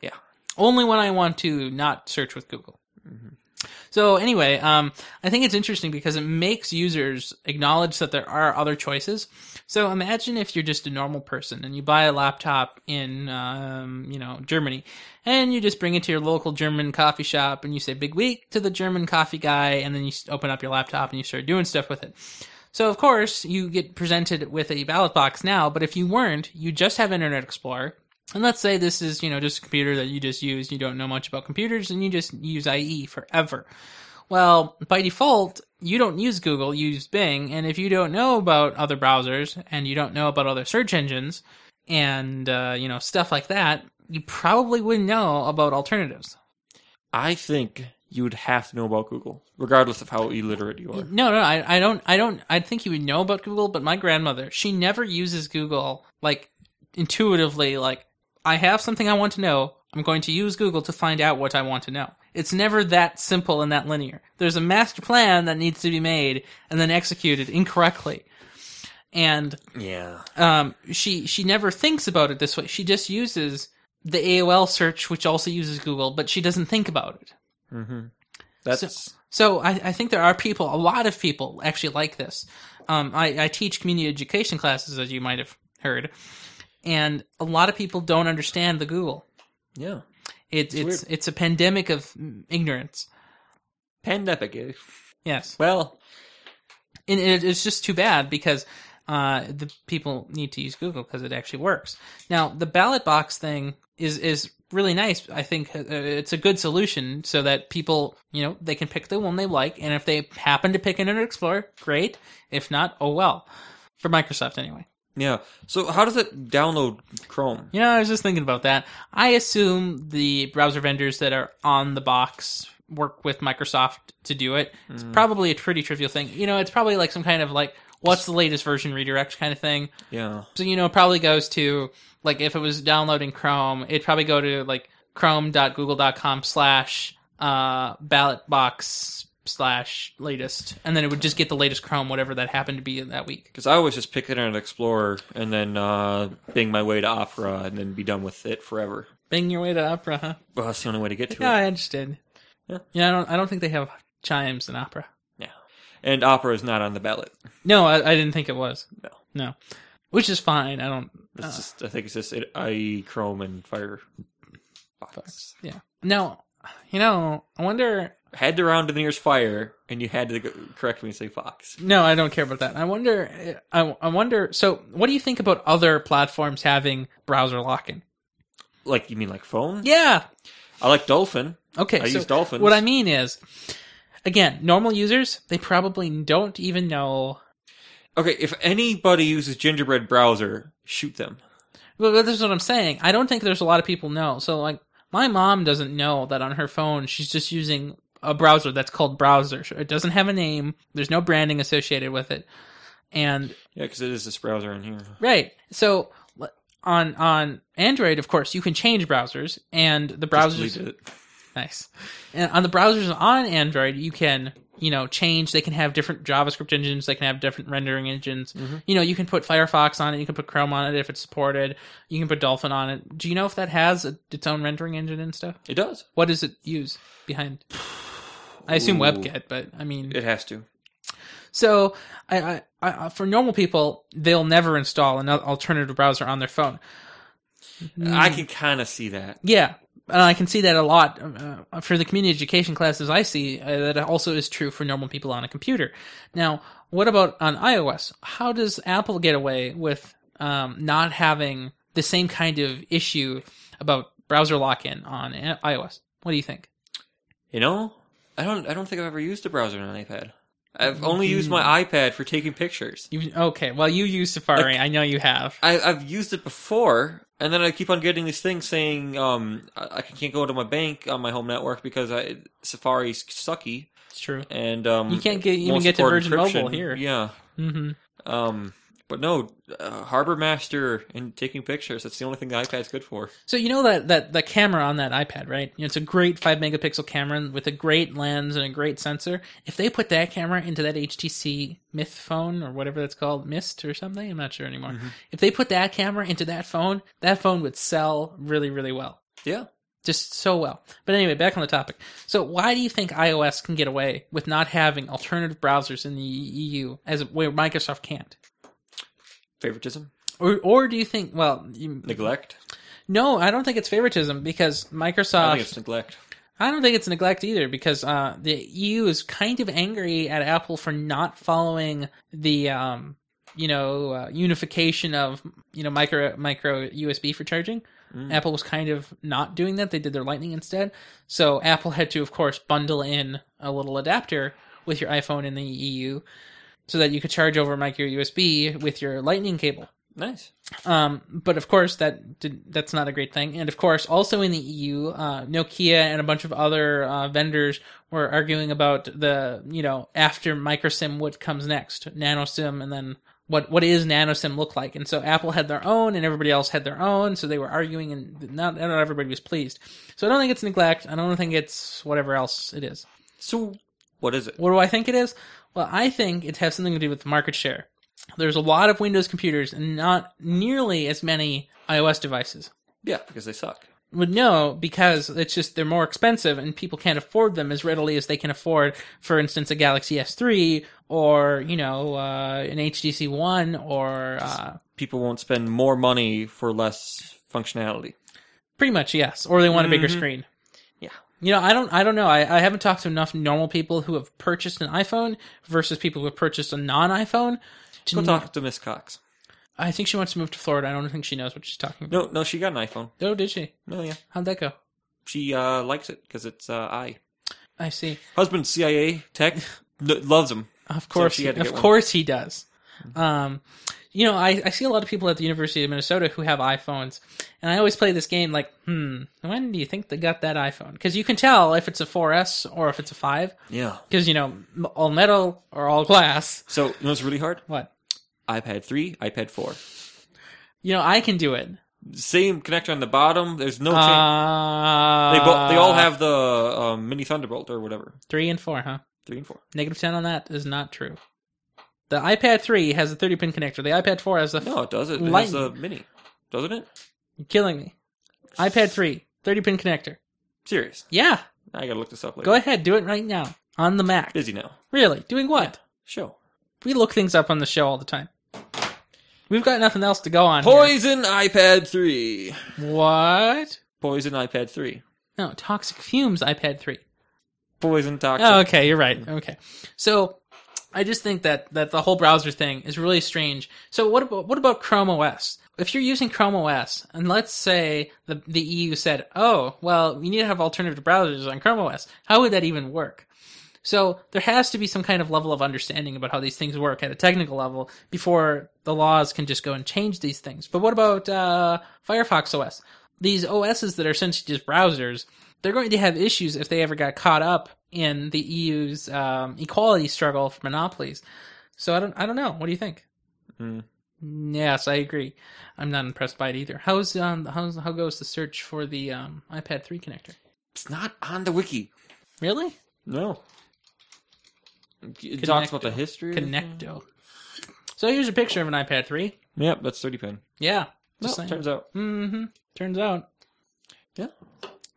S1: Yeah.
S2: Only when I want to not search with Google. So anyway, um, I think it's interesting because it makes users acknowledge that there are other choices. So imagine if you're just a normal person and you buy a laptop in, um, you know, Germany, and you just bring it to your local German coffee shop and you say "Big Week" to the German coffee guy, and then you s- open up your laptop and you start doing stuff with it. So of course you get presented with a ballot box now, but if you weren't, you just have Internet Explorer. And let's say this is, you know, just a computer that you just use, you don't know much about computers, and you just use IE forever. Well, by default, you don't use Google, you use Bing, and if you don't know about other browsers and you don't know about other search engines and, uh, you know, stuff like that, you probably wouldn't know about alternatives.
S1: I think you would have to know about Google, regardless of how illiterate you are.
S2: No, no, I, I don't, I don't, I think you would know about Google, but my grandmother, she never uses Google like intuitively. Like, I have something I want to know. I'm going to use Google to find out what I want to know. It's never that simple and that linear. There's a master plan that needs to be made and then executed incorrectly. And
S1: Yeah.
S2: um, she she never thinks about it this way. She just uses the AOL search, which also uses Google, but she doesn't think about it.
S1: hmm That's
S2: So I, I think there are people, a lot of people actually like this. Um, I, I teach community education classes, as you might have heard, and a lot of people don't understand the Google.
S1: yeah.
S2: It, it's it's,
S1: weird.
S2: a pandemic of ignorance.
S1: Pandemic. eh?
S2: Yes,
S1: Well,
S2: and it, it's just too bad because uh, the people need to use Google because it actually works. Now the ballot box thing is is really nice. I think uh, it's a good solution so that people you know they can pick the one they like, and if they happen to pick Internet Explorer, great. If not, oh well. For Microsoft anyway.
S1: yeah. So how does it download Chrome?
S2: You know, I was just thinking about that. I assume the browser vendors that are on the box work with Microsoft to do it. It's probably a pretty trivial thing. You know, it's probably like some kind of like what's the latest version redirect kind of thing.
S1: Yeah.
S2: So you know, it probably goes to like if it was downloading Chrome, it'd probably go to like chrome.google.com slash uh ballot box slash latest and then it would just get the latest chrome whatever that happened to be in that week
S1: Because I always just pick Internet Explorer and then uh, bing my way to Opera and then be done with it forever.
S2: bang your way to opera huh?
S1: Well, that's the only way to get to
S2: Yeah,
S1: it.
S2: I understand.
S1: Yeah.
S2: I don't. I don't think they have chimes in opera.
S1: Yeah. And Opera is not on the ballot.
S2: No, I, I didn't think it was.
S1: No.
S2: no, which is fine. I don't.
S1: It's just I think it's just it, IE Chrome and Fire.
S2: Yeah. No, you know. I wonder.
S1: Had to round to the nearest fire, and you had to go, correct me and say Fox.
S2: No, I don't care about that. I wonder. I, I wonder. So, what do you think about other platforms having browser locking?
S1: Like you mean like phone?
S2: Yeah.
S1: I like Dolphin.
S2: Okay.
S1: I
S2: so
S1: use Dolphins.
S2: What I mean is, again, normal users they probably don't even know.
S1: Okay, if anybody uses Gingerbread browser, shoot them.
S2: But but this is what I'm saying. I don't think there's a lot of people know. So like my mom doesn't know that on her phone she's just using a browser that's called browser. It doesn't have a name. There's no branding associated with it. And
S1: Yeah, because it is this browser in here.
S2: right. So l- on on Android, of course, you can change browsers and the
S1: Just
S2: browsers
S1: delete it.
S2: Nice. And on the browsers on Android, you can, you know, change. They can have different JavaScript engines. They can have different rendering engines.
S1: Mm-hmm.
S2: You know, you can put Firefox on it. You can put Chrome on it if it's supported. You can put Dolphin on it. Do you know if that has a, its own rendering engine and stuff?
S1: It does.
S2: What does it use behind? I assume
S1: Ooh.
S2: WebKit, but I mean,
S1: It has to.
S2: so I, I, I, for normal people, they'll never install an alternative browser on their phone. Mm.
S1: I can kind of see that.
S2: Yeah, and I can see that a lot uh, for the community education classes I see. Uh, that also is true for normal people on a computer. Now, what about on iOS? How does Apple get away with um, not having the same kind of issue about browser lock-in on i- iOS? What do you think?
S1: You know, I don't. I don't think I've ever used a browser on an iPad. I've
S2: Hmm.
S1: only used my iPad for taking pictures.
S2: You, okay, well, you use Safari. I know you have.
S1: I, I've used it before, and then I keep on getting these things saying um, I, I can't go to my bank on my home network because I, Safari's sucky,
S2: It's true.
S1: and um,
S2: You can't get- even
S1: won't
S2: get to
S1: support
S2: Virgin
S1: encryption.
S2: Mobile here.
S1: Yeah,
S2: hmm
S1: um, but no, uh, Harbor Master and taking pictures. That's the only thing the iPad's good for.
S2: So you know that that that camera on that iPad, right? You know, it's a great five megapixel camera with a great lens and a great sensor. If they put that camera into that HTC Myth phone or whatever that's called, Mist or something, I'm not sure anymore.
S1: Mm-hmm.
S2: If they put that camera into that phone, that phone would sell really, really well,
S1: Yeah,
S2: just so well. But anyway, back on the topic. So why do you think iOS can get away with not having alternative browsers in the EU as where Microsoft can't?
S1: favoritism,
S2: Or, or do you think? Well, you,
S1: neglect.
S2: no, I don't think it's favoritism because Microsoft.
S1: I think it's neglect.
S2: I don't think it's neglect either because uh, the EU is kind of angry at Apple for not following the um, you know uh, unification of you know micro micro USB for charging. Apple was kind of not doing that; they did their Lightning instead. So Apple had to, of course, bundle in a little adapter with E your iPhone in the EU so that you could charge over micro USB with your Lightning cable.
S1: Nice.
S2: Um, but of course, that did, that's not a great thing. And of course, also in the EU, uh, Nokia and a bunch of other uh, vendors were arguing about the you know after microSIM, what comes next, nanoSIM, and then what what is nanoSIM look like? And so Apple had their own, and everybody else had their own. So they were arguing, and not not everybody was pleased. So I don't think it's neglect. I don't think it's whatever else it is.
S1: So what is it?
S2: What do I think it is? Well, I think it has something to do with market share. There's a lot of Windows computers and not nearly as many iOS devices.
S1: Yeah, because they suck.
S2: Would no, because it's just they're more expensive and people can't afford them as readily as they can afford, for instance, a Galaxy S3 or you know uh, an HTC One or uh,
S1: People won't spend more money for less functionality.
S2: pretty much yes, or they want a bigger
S1: Mhm.
S2: screen.
S1: Yeah.
S2: You know, I don't, I don't know. I, I haven't talked to enough normal people who have purchased an iPhone versus people who have purchased a non-iPhone. To
S1: Go
S2: kn-
S1: talk to Miss Cox.
S2: I think she wants to move to Florida. I don't think she knows what she's talking
S1: No,
S2: about.
S1: no, she got an iPhone.
S2: No, did she?
S1: No, yeah,
S2: How'd that go?
S1: she uh, likes it because it's uh, I
S2: I see.
S1: husband CIA tech lo- loves him.
S2: Of course,
S1: she had to
S2: of
S1: get one. Mm-hmm.
S2: course, he does. Um, you know, I, I see a lot of people at the University of Minnesota who have iPhones, and I always play this game like, hmm, when do you think they got that iPhone? Because you can tell if it's a 4S or if it's a 5,
S1: Yeah.
S2: because you know, m- all metal or all glass.
S1: So you know what's really hard?
S2: What?
S1: iPad three, iPad four,
S2: You know, I can do it.
S1: same connector on the bottom. There's no change.
S2: Uh,
S1: They both they all have the um, mini Thunderbolt or whatever.
S2: three and four, huh?
S1: Three and four.
S2: Negative ten on that is not true. The iPad 3 has a 30 pin connector. The iPad 4 has a
S1: No, it does it. It has
S2: Lightning.
S1: a mini, doesn't it?
S2: You're killing me. iPad 3, 30 pin connector.
S1: Serious.
S2: Yeah,
S1: I gotta look this up later.
S2: go ahead, do it right now on the Mac.
S1: Busy now.
S2: Really? Doing what?
S1: Show.
S2: We look things up on the show all the time. We've got nothing else to go on. here.
S1: Poison iPad three.
S2: What?
S1: Poison iPad three.
S2: No, toxic fumes iPad 3.
S1: Poison toxic.
S2: Oh, okay, you're right. Okay. So I just think that, that the whole browser thing is really strange. So what about what about Chrome OS? If you're using Chrome OS, and let's say the the EU said, "Oh, well, we need to have alternative browsers on Chrome OS," how would that even work? So there has to be some kind of level of understanding about how these things work at a technical level before the laws can just go and change these things. But what about uh, Firefox OS? These OSs that are essentially just browsers, they're going to have issues if they ever got caught up in the EU's um, equality struggle for monopolies. So I don't, I don't know. What do you think?
S1: Hmm.
S2: Yes, I agree. I'm not impressed by it either. How's um, how's how goes the search for the um, iPad 3 connector?
S1: It's not on the wiki.
S2: Really?
S1: No. It talks about the
S2: Connecto.
S1: history. of the thing.
S2: Connecto.
S1: Mm-hmm.
S2: So here's a picture of an iPad 3.
S1: Yep, that's thirty pin.
S2: Yeah. Just
S1: Well,
S2: saying.
S1: turns out.
S2: Mm-hmm. Turns out.
S1: Yeah.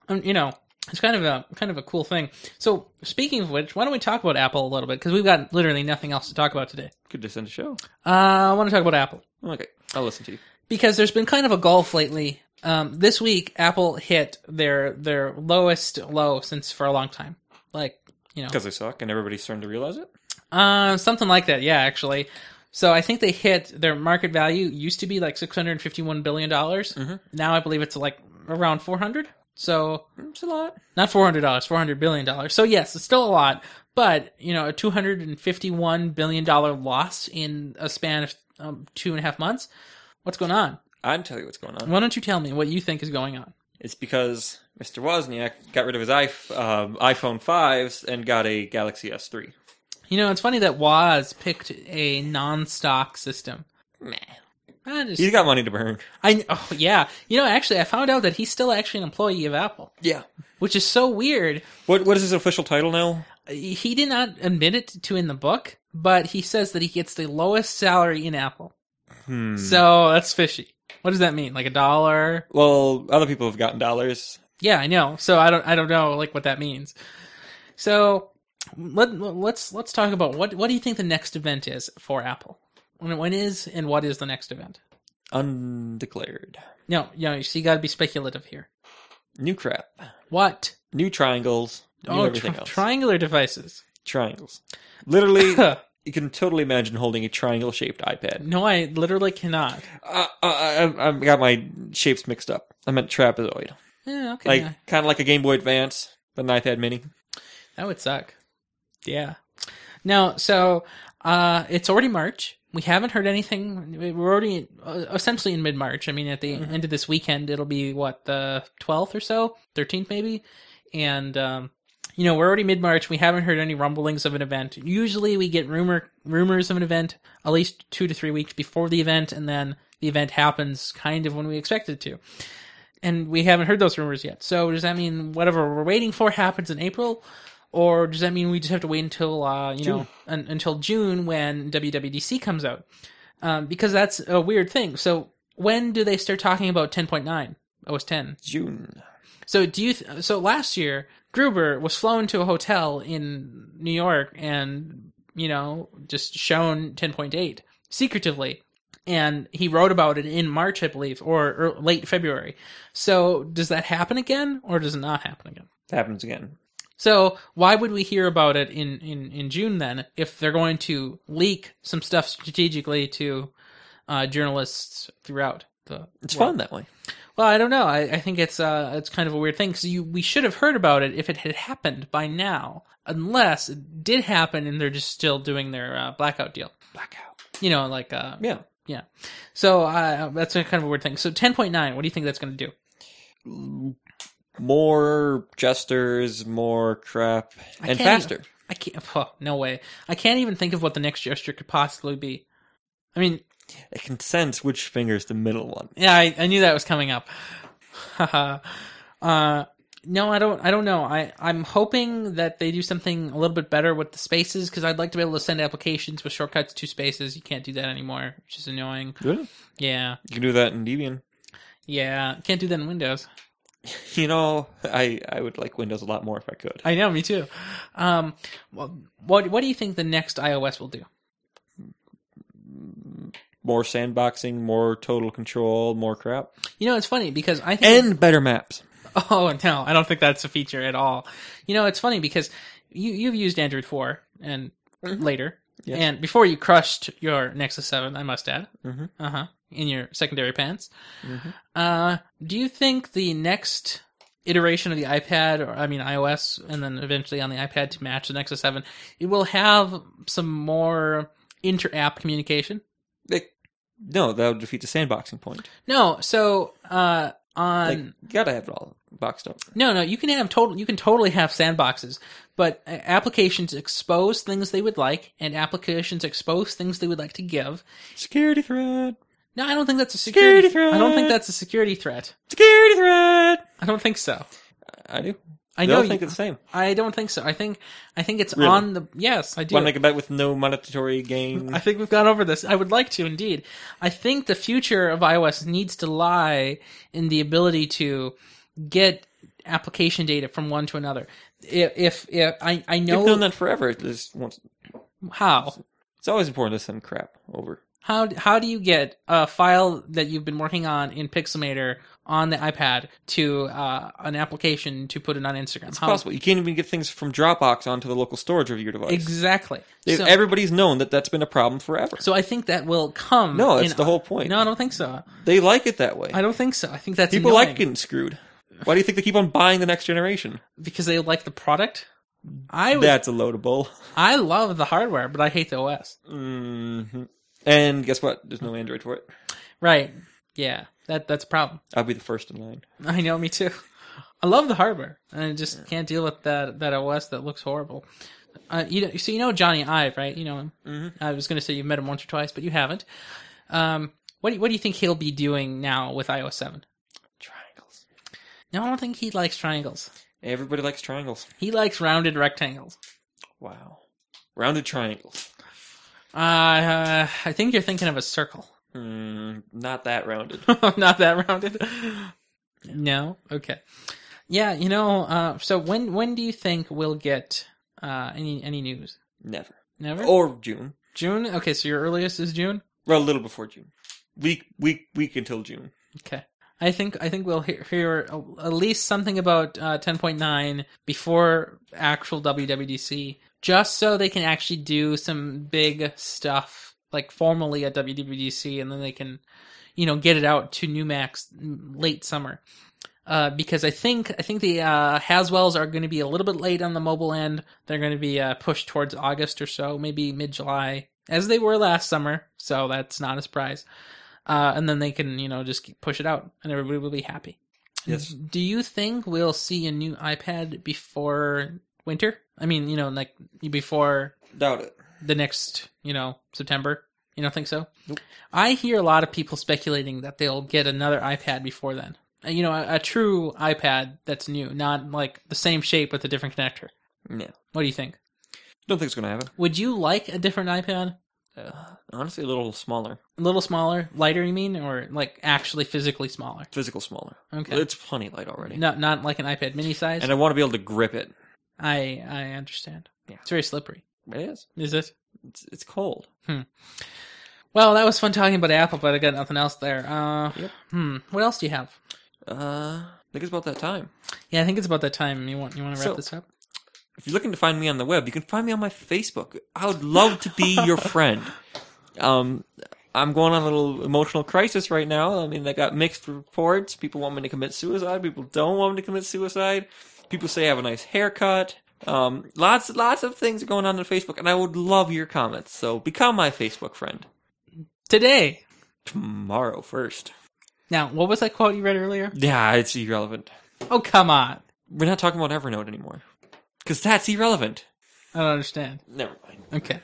S2: Um, you know, it's kind of a kind of a cool thing. So speaking of which, why don't we talk about Apple a little bit? Because we've got literally nothing else to talk about today.
S1: Could just end a show.
S2: Uh, I want to talk about Apple
S1: Okay. I'll listen
S2: Oh.
S1: to you.
S2: because there's been kind of a gulf lately. Um, this week, Apple hit their their lowest low since for a long time. Like you know,
S1: Because they suck and everybody's starting to realize it.
S2: Uh, something like that. Yeah, actually. So I think they hit their market value used to be like six hundred fifty-one billion dollars.
S1: Mhm.
S2: Now I believe it's like around four hundred. So
S1: It's a lot.
S2: not four hundred dollars, four hundred billion dollars. So yes, it's still a lot, but you know, a two hundred and fifty-one billion dollar loss in a span of um, two and a half months. What's going on?
S1: I'd tell you what's going on.
S2: Why don't you tell me what you think is going on?
S1: It's because Mr. Wozniak got rid of his iPh- um, iPhone 5s and got a Galaxy S3.
S2: You know, it's funny that Woz picked a non-stock system. I just-
S1: He's got money to burn.
S2: I oh yeah. You know, actually, I found out that he's still actually an employee of Apple,
S1: Yeah.
S2: which is so weird.
S1: What What is his official title now?
S2: He did not admit it to in the book, but he says that he gets the lowest salary in Apple.
S1: Hmm.
S2: So that's fishy. What does that mean? Like a dollar?
S1: Well, other people have gotten dollars.
S2: Yeah, I know. So I don't I don't know like what that means. So let let's let's talk about what what do you think the next event is for Apple? When when is and what is the next event?
S1: Undeclared.
S2: No, you know, so you got to be speculative here.
S1: New crap.
S2: What?
S1: New triangles. New
S2: Oh,
S1: everything
S2: tri-
S1: else.
S2: triangular devices.
S1: triangles. Literally, you can totally imagine holding a triangle shaped iPad.
S2: No, I literally cannot.
S1: Uh, uh, I, I got my shapes mixed up. I meant trapezoid.
S2: Yeah, Eh, okay.
S1: Like,
S2: yeah.
S1: kind of like a Game Boy Advance, but an iPad mini.
S2: That would suck. Yeah. No, so uh it's already March. we haven't heard anything. We're already uh, essentially in mid March. I mean, at the end of this weekend, it'll be what the twelfth or so, thirteenth maybe, and um, you know we're already mid March. We haven't heard any rumblings of an event. Usually, we get rumor rumors of an event at least two to three weeks before the event, and then the event happens kind of when we expect it to. And we haven't heard those rumors yet. So does that mean whatever we're waiting for happens in April? or does that mean we just have to wait until uh, you know un- until June when WWDC comes out? Um, because that's a weird thing. So when do they start talking about 10.9 OS 10?
S1: June.
S2: Oh, So do you? Th- so last year Gruber was flown to a hotel in New York and you know just shown 10.8 secretively. And he wrote about it in March, I believe, or, or late February. So, does that happen again, or does it not happen again?
S1: It happens again.
S2: So why would we hear about it in, in, in June then if they're going to leak some stuff strategically to uh, journalists throughout the?
S1: It's
S2: world?
S1: fun that way.
S2: Well, I don't know. I, I think it's uh it's kind of a weird thing because you we should have heard about it if it had happened by now, unless it did happen and they're just still doing their uh, blackout deal.
S1: Blackout.
S2: You know, like uh
S1: Yeah.
S2: so uh, that's a kind of a weird thing. So ten point nine, what do you think that's going to do?
S1: More jesters, more crap,
S2: I
S1: and
S2: can't
S1: faster.
S2: I can't. Oh, no way. I can't even think of what the next gesture could possibly be. I mean,
S1: I can sense which finger's the middle one.
S2: Yeah, I, I knew that was coming up. uh, no, I don't. I don't know. I I'm hoping that they do something a little bit better with the spaces because I'd like to be able to send applications with shortcuts to spaces. You can't do that anymore, which is annoying.
S1: Really?
S2: Yeah,
S1: You can do that in Debian.
S2: yeah, can't do that in Windows.
S1: You know, I I would like Windows a lot more if I could.
S2: I know, me too. Um, well, what what do you think the next iOS will do?
S1: More sandboxing, more total control, more crap,
S2: You know, it's funny because I think
S1: and better maps.
S2: Oh no, I don't think that's a feature at all. You know, it's funny because you you've used Android four and later,
S1: Mm-hmm. Yes.
S2: and before you crushed your Nexus seven, I must add,
S1: Mhm.
S2: uh huh, in your secondary pants.
S1: Mhm.
S2: Uh, do you think the next iteration of the iPad, or I mean iOS, and then eventually on the iPad to match the Nexus seven, it will have some more inter-app communication?
S1: Like, no, that would defeat the sandboxing point.
S2: No, so uh, on.
S1: Like, you gotta have it all boxed up.
S2: No, no, you can have total. You can totally have sandboxes, but uh, applications expose things they would like, and applications expose things they would like to give.
S1: Security threat.
S2: No, I don't think that's a security.
S1: Security threat.
S2: I don't think that's a security threat.
S1: Security threat.
S2: I don't think so.
S1: I do.
S2: I
S1: They'll
S2: know.
S1: think
S2: you,
S1: it's the same.
S2: I don't think so. I think. I think it's
S1: Really?
S2: on the. Yes, I do.
S1: Want to make a bet with no monetary gain?
S2: I think we've gone over this. I would like to indeed. I think the future of iOS needs to lie in the ability to get application data from one to another. If if, if I I
S1: They've done
S2: know
S1: that forever. This once.
S2: how.
S1: It's always important to send crap over.
S2: How how do you get a file that you've been working on in Pixelmator on the iPad to uh, an application to put it on Instagram?
S1: It's
S2: How-
S1: possible. You can't even get things from Dropbox onto the local storage of your device.
S2: Exactly.
S1: They-
S2: so,
S1: Everybody's known that that's been a problem forever.
S2: so I think that will come.
S1: no, that's
S2: in-
S1: the whole point.
S2: No, I don't think so.
S1: They like it that way.
S2: I don't think so. I think that's
S1: People
S2: annoying
S1: like getting screwed. Why do you think they keep on buying the next generation?
S2: because they like the product. I would,
S1: That's a load of bull.
S2: I love the hardware, but I hate the OS.
S1: hmm And guess what? There's no Android for it.
S2: Right? Yeah. That that's a problem.
S1: I'll be the first in line.
S2: I know, me too. I love the harbor, and I just can't deal with that that OS that looks horrible. Uh, you know, so you know Johnny Ive, right? You know him.
S1: Mhm.
S2: I was going to say you've met him once or twice, but you haven't. Um, what do you, what do you think he'll be doing now with iOS seven?
S1: Triangles.
S2: No, I don't think he likes triangles.
S1: Everybody likes triangles.
S2: He likes rounded rectangles.
S1: Wow. Rounded triangles.
S2: Uh, I think you're thinking of a circle,
S1: Mm, not that rounded.
S2: not that rounded. No, okay, yeah, you know. Uh, so when when do you think we'll get uh, any any news?
S1: Never.
S2: Never.
S1: Or June.
S2: June. Okay, so your earliest is June.
S1: Well, a little before June. Week, week, week until June.
S2: Okay, I think I think we'll hear, hear a- at least something about uh, ten point nine before actual WWDC, just so they can actually do some big stuff like formally at WWDC, and then they can, you know, get it out to new Macs late summer. Uh, because I think I think the uh, Haswells are going to be a little bit late on the mobile end. They're going to be uh, pushed towards August or so, maybe mid July. as they were last summer, so that's not a surprise. Uh, and then they can, you know, just keep- push it out, and everybody will be happy.
S1: Yes.
S2: Do you think we'll see a new iPad before winter? I mean, you know, like before
S1: Doubt it.
S2: the next, you know, September. You don't think so? I hear a lot of people speculating that they'll get another iPad before then. Uh, You know, a, a true iPad that's new, not like the same shape with a different connector.
S1: Yeah.
S2: What do you think?
S1: Don't think it's going to happen.
S2: Would you like a different iPad?
S1: Uh, honestly, a little smaller.
S2: A little smaller, lighter, you mean, or like actually physically smaller?
S1: Physical smaller.
S2: Okay.
S1: It's plenty light already.
S2: Not not like an iPad mini size.
S1: And I want to be able to grip it.
S2: I I understand.
S1: Yeah.
S2: It's very slippery.
S1: It is.
S2: Is it?
S1: It's, it's cold.
S2: Well, that was fun talking about Apple, but I got nothing else there. Uh,
S1: Yep.
S2: hmm. What else do you have?
S1: Uh, I think it's about that time.
S2: Yeah, I think it's about that time. You want you want to wrap
S1: So-
S2: this up?
S1: If you're looking to find me on the web, you can find me on my Facebook. I would love to be your friend. Um, I'm going on a little emotional crisis right now. I mean, I got mixed reports. People want me to commit suicide. People don't want me to commit suicide. People say I have a nice haircut. Um, lots, lots of things are going on on Facebook, and I would love your comments. So become my Facebook friend
S2: Today.
S1: tomorrow first.
S2: Now, what was that quote you read earlier?
S1: Yeah, it's irrelevant.
S2: Oh, come on.
S1: We're not talking about Evernote anymore because that's irrelevant.
S2: I don't understand.
S1: Never mind.
S2: Okay.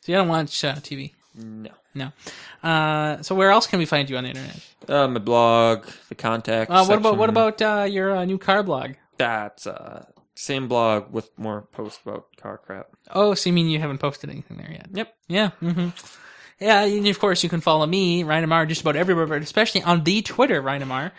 S2: So you don't watch uh, TV.
S1: No.
S2: No. Uh, so where else can we find you on the internet?
S1: Uh, my blog, the contact.
S2: Uh, what about
S1: section.
S2: what about uh, your uh, new car blog?
S1: That's uh same blog with more posts about car crap.
S2: Oh, so you mean you haven't posted anything there yet?
S1: Yep.
S2: Yeah. hmm Yeah, and of course you can follow me, Ryan Amar, just about everywhere, but especially on the Twitter, Ryan Amar.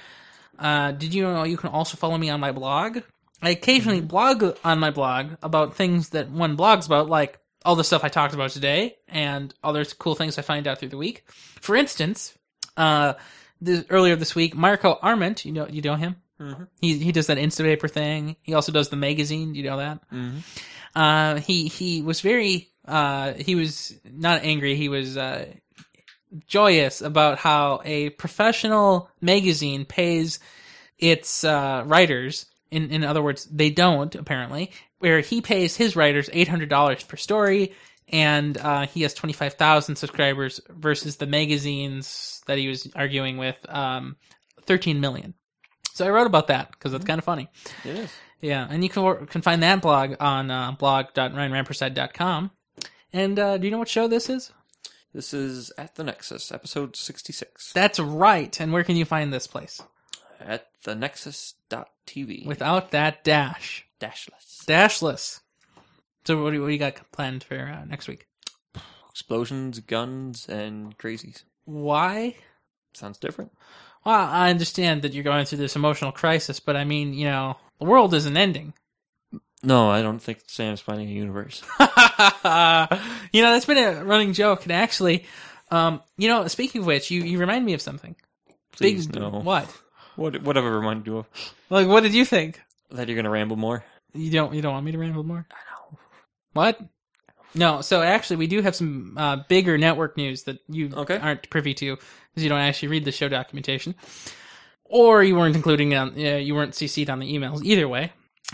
S2: Uh, did you know you can also follow me on my blog? I occasionally blog on my blog about things that one blogs about, like all the stuff I talked about today and other cool things I find out through the week. For instance, uh, this, earlier this week, Marco Arment, you know, you know him?
S1: Mhm.
S2: He, he does that Instapaper thing. He also does the magazine. You know that?
S1: Mm-hmm.
S2: Uh, he he was very uh he was not angry he was uh joyous about how a professional magazine pays its uh writers in in other words they don't apparently where he pays his writers $800 per story and uh he has 25,000 subscribers versus the magazines that he was arguing with um 13 million so i wrote about that because that's kind of funny
S1: It is.
S2: yeah, and you can, can find that blog on uh, blog.ryanrampersad.com. And uh, do you know what show this is?
S1: This is at the Nexus, episode sixty six.
S2: That's right. And where can you find this place?
S1: At the Nexus dot TV. With
S2: Without that dash,
S1: dashless.
S2: dashless. So what do, what do you got planned for uh, next week?
S1: Explosions, guns, and crazies.
S2: Why?
S1: Sounds different.
S2: Well, I understand that you're going through this emotional crisis, but I mean, you know, the world isn't ending.
S1: No, I don't think Sam's finding a universe.
S2: you know, that's been a running joke. And actually, um, you know, speaking of which, you, you remind me of something.
S1: Please no.
S2: What?
S1: What whatever reminded you of
S2: Like, what did you think?
S1: that you're gonna ramble more?
S2: You don't you don't want me to ramble more?
S1: I know.
S2: What? No, so actually we do have some uh, bigger network news that you
S1: Okay.
S2: aren't privy to because you don't actually read the show documentation, or you weren't including on yeah, you weren't cc'd on the emails. Either way,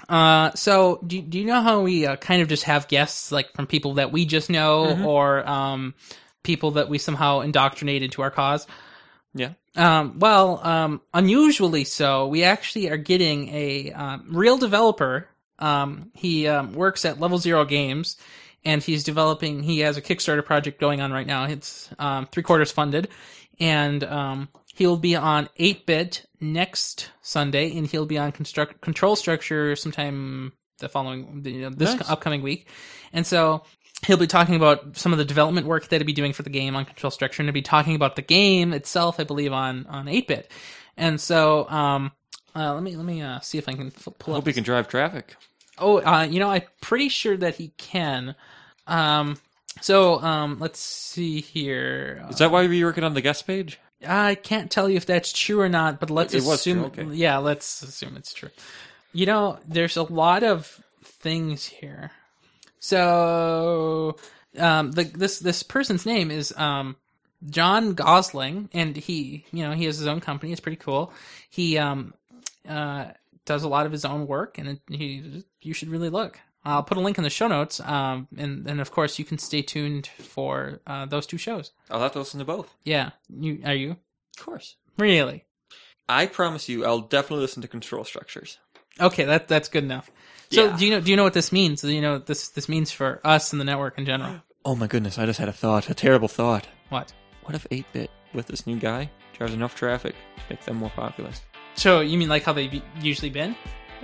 S2: uh, so do do you know how we uh, kind of just have guests like from people that we just know
S1: Mhm.
S2: or um people that we somehow indoctrinate into our cause?
S1: Yeah.
S2: Um, well, um, unusually so, we actually are getting a um, real developer. Um, he um, works at Level Zero Games, and he's developing. He has a Kickstarter project going on right now. It's um, three quarters funded, and um, he'll be on Eight Bit next Sunday, and he'll be on construct Control Structure sometime the following you know, this
S1: Nice.
S2: upcoming week, and so he'll be talking about some of the development work that he'll be doing for the game on control structure and he'll be talking about the game itself i believe on on 8-bit and so um uh, let me let me uh, see if i can f- pull up
S1: Hope you can drive traffic.
S2: oh uh, you know i'm pretty sure that he can um so um let's see here
S1: Is that why you're working on the guest page?
S2: I can't tell you if that's true or not, but let's
S1: It was
S2: assume.
S1: true, okay.
S2: Yeah, let's assume it's true. You know, there's a lot of things here. So, um, the this this person's name is um, John Gosling, and he, you know, he has his own company. It's pretty cool. He um, uh, does a lot of his own work, and it, he you should really look. I'll put a link in the show notes, um, and and of course you can stay tuned for uh, those two shows.
S1: I'll have to listen to both.
S2: Yeah, you are you
S1: Of course.
S2: really
S1: I promise you, I'll definitely listen to control structures.
S2: okay? That that's good enough. So
S1: Yeah.
S2: do you know do you know what this means? Do you know what this this means for us and the network in general?
S1: Oh my goodness, I just had a thought, a terrible thought.
S2: What?
S1: What if 8 bit with this new guy drives enough traffic to make them more popular?
S2: So you mean like how they've usually been?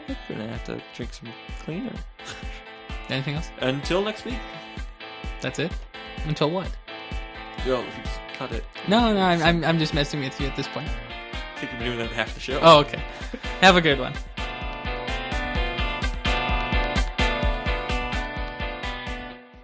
S1: I'm gonna have to drink some cleaner.
S2: Anything else?
S1: Until next week.
S2: That's it. Until what?
S1: Yo, if you just cut it.
S2: No, no, I'm I'm, I'm just messing with you at this point.
S1: I think we've been doing that half the show.
S2: Oh, okay. Have a good one.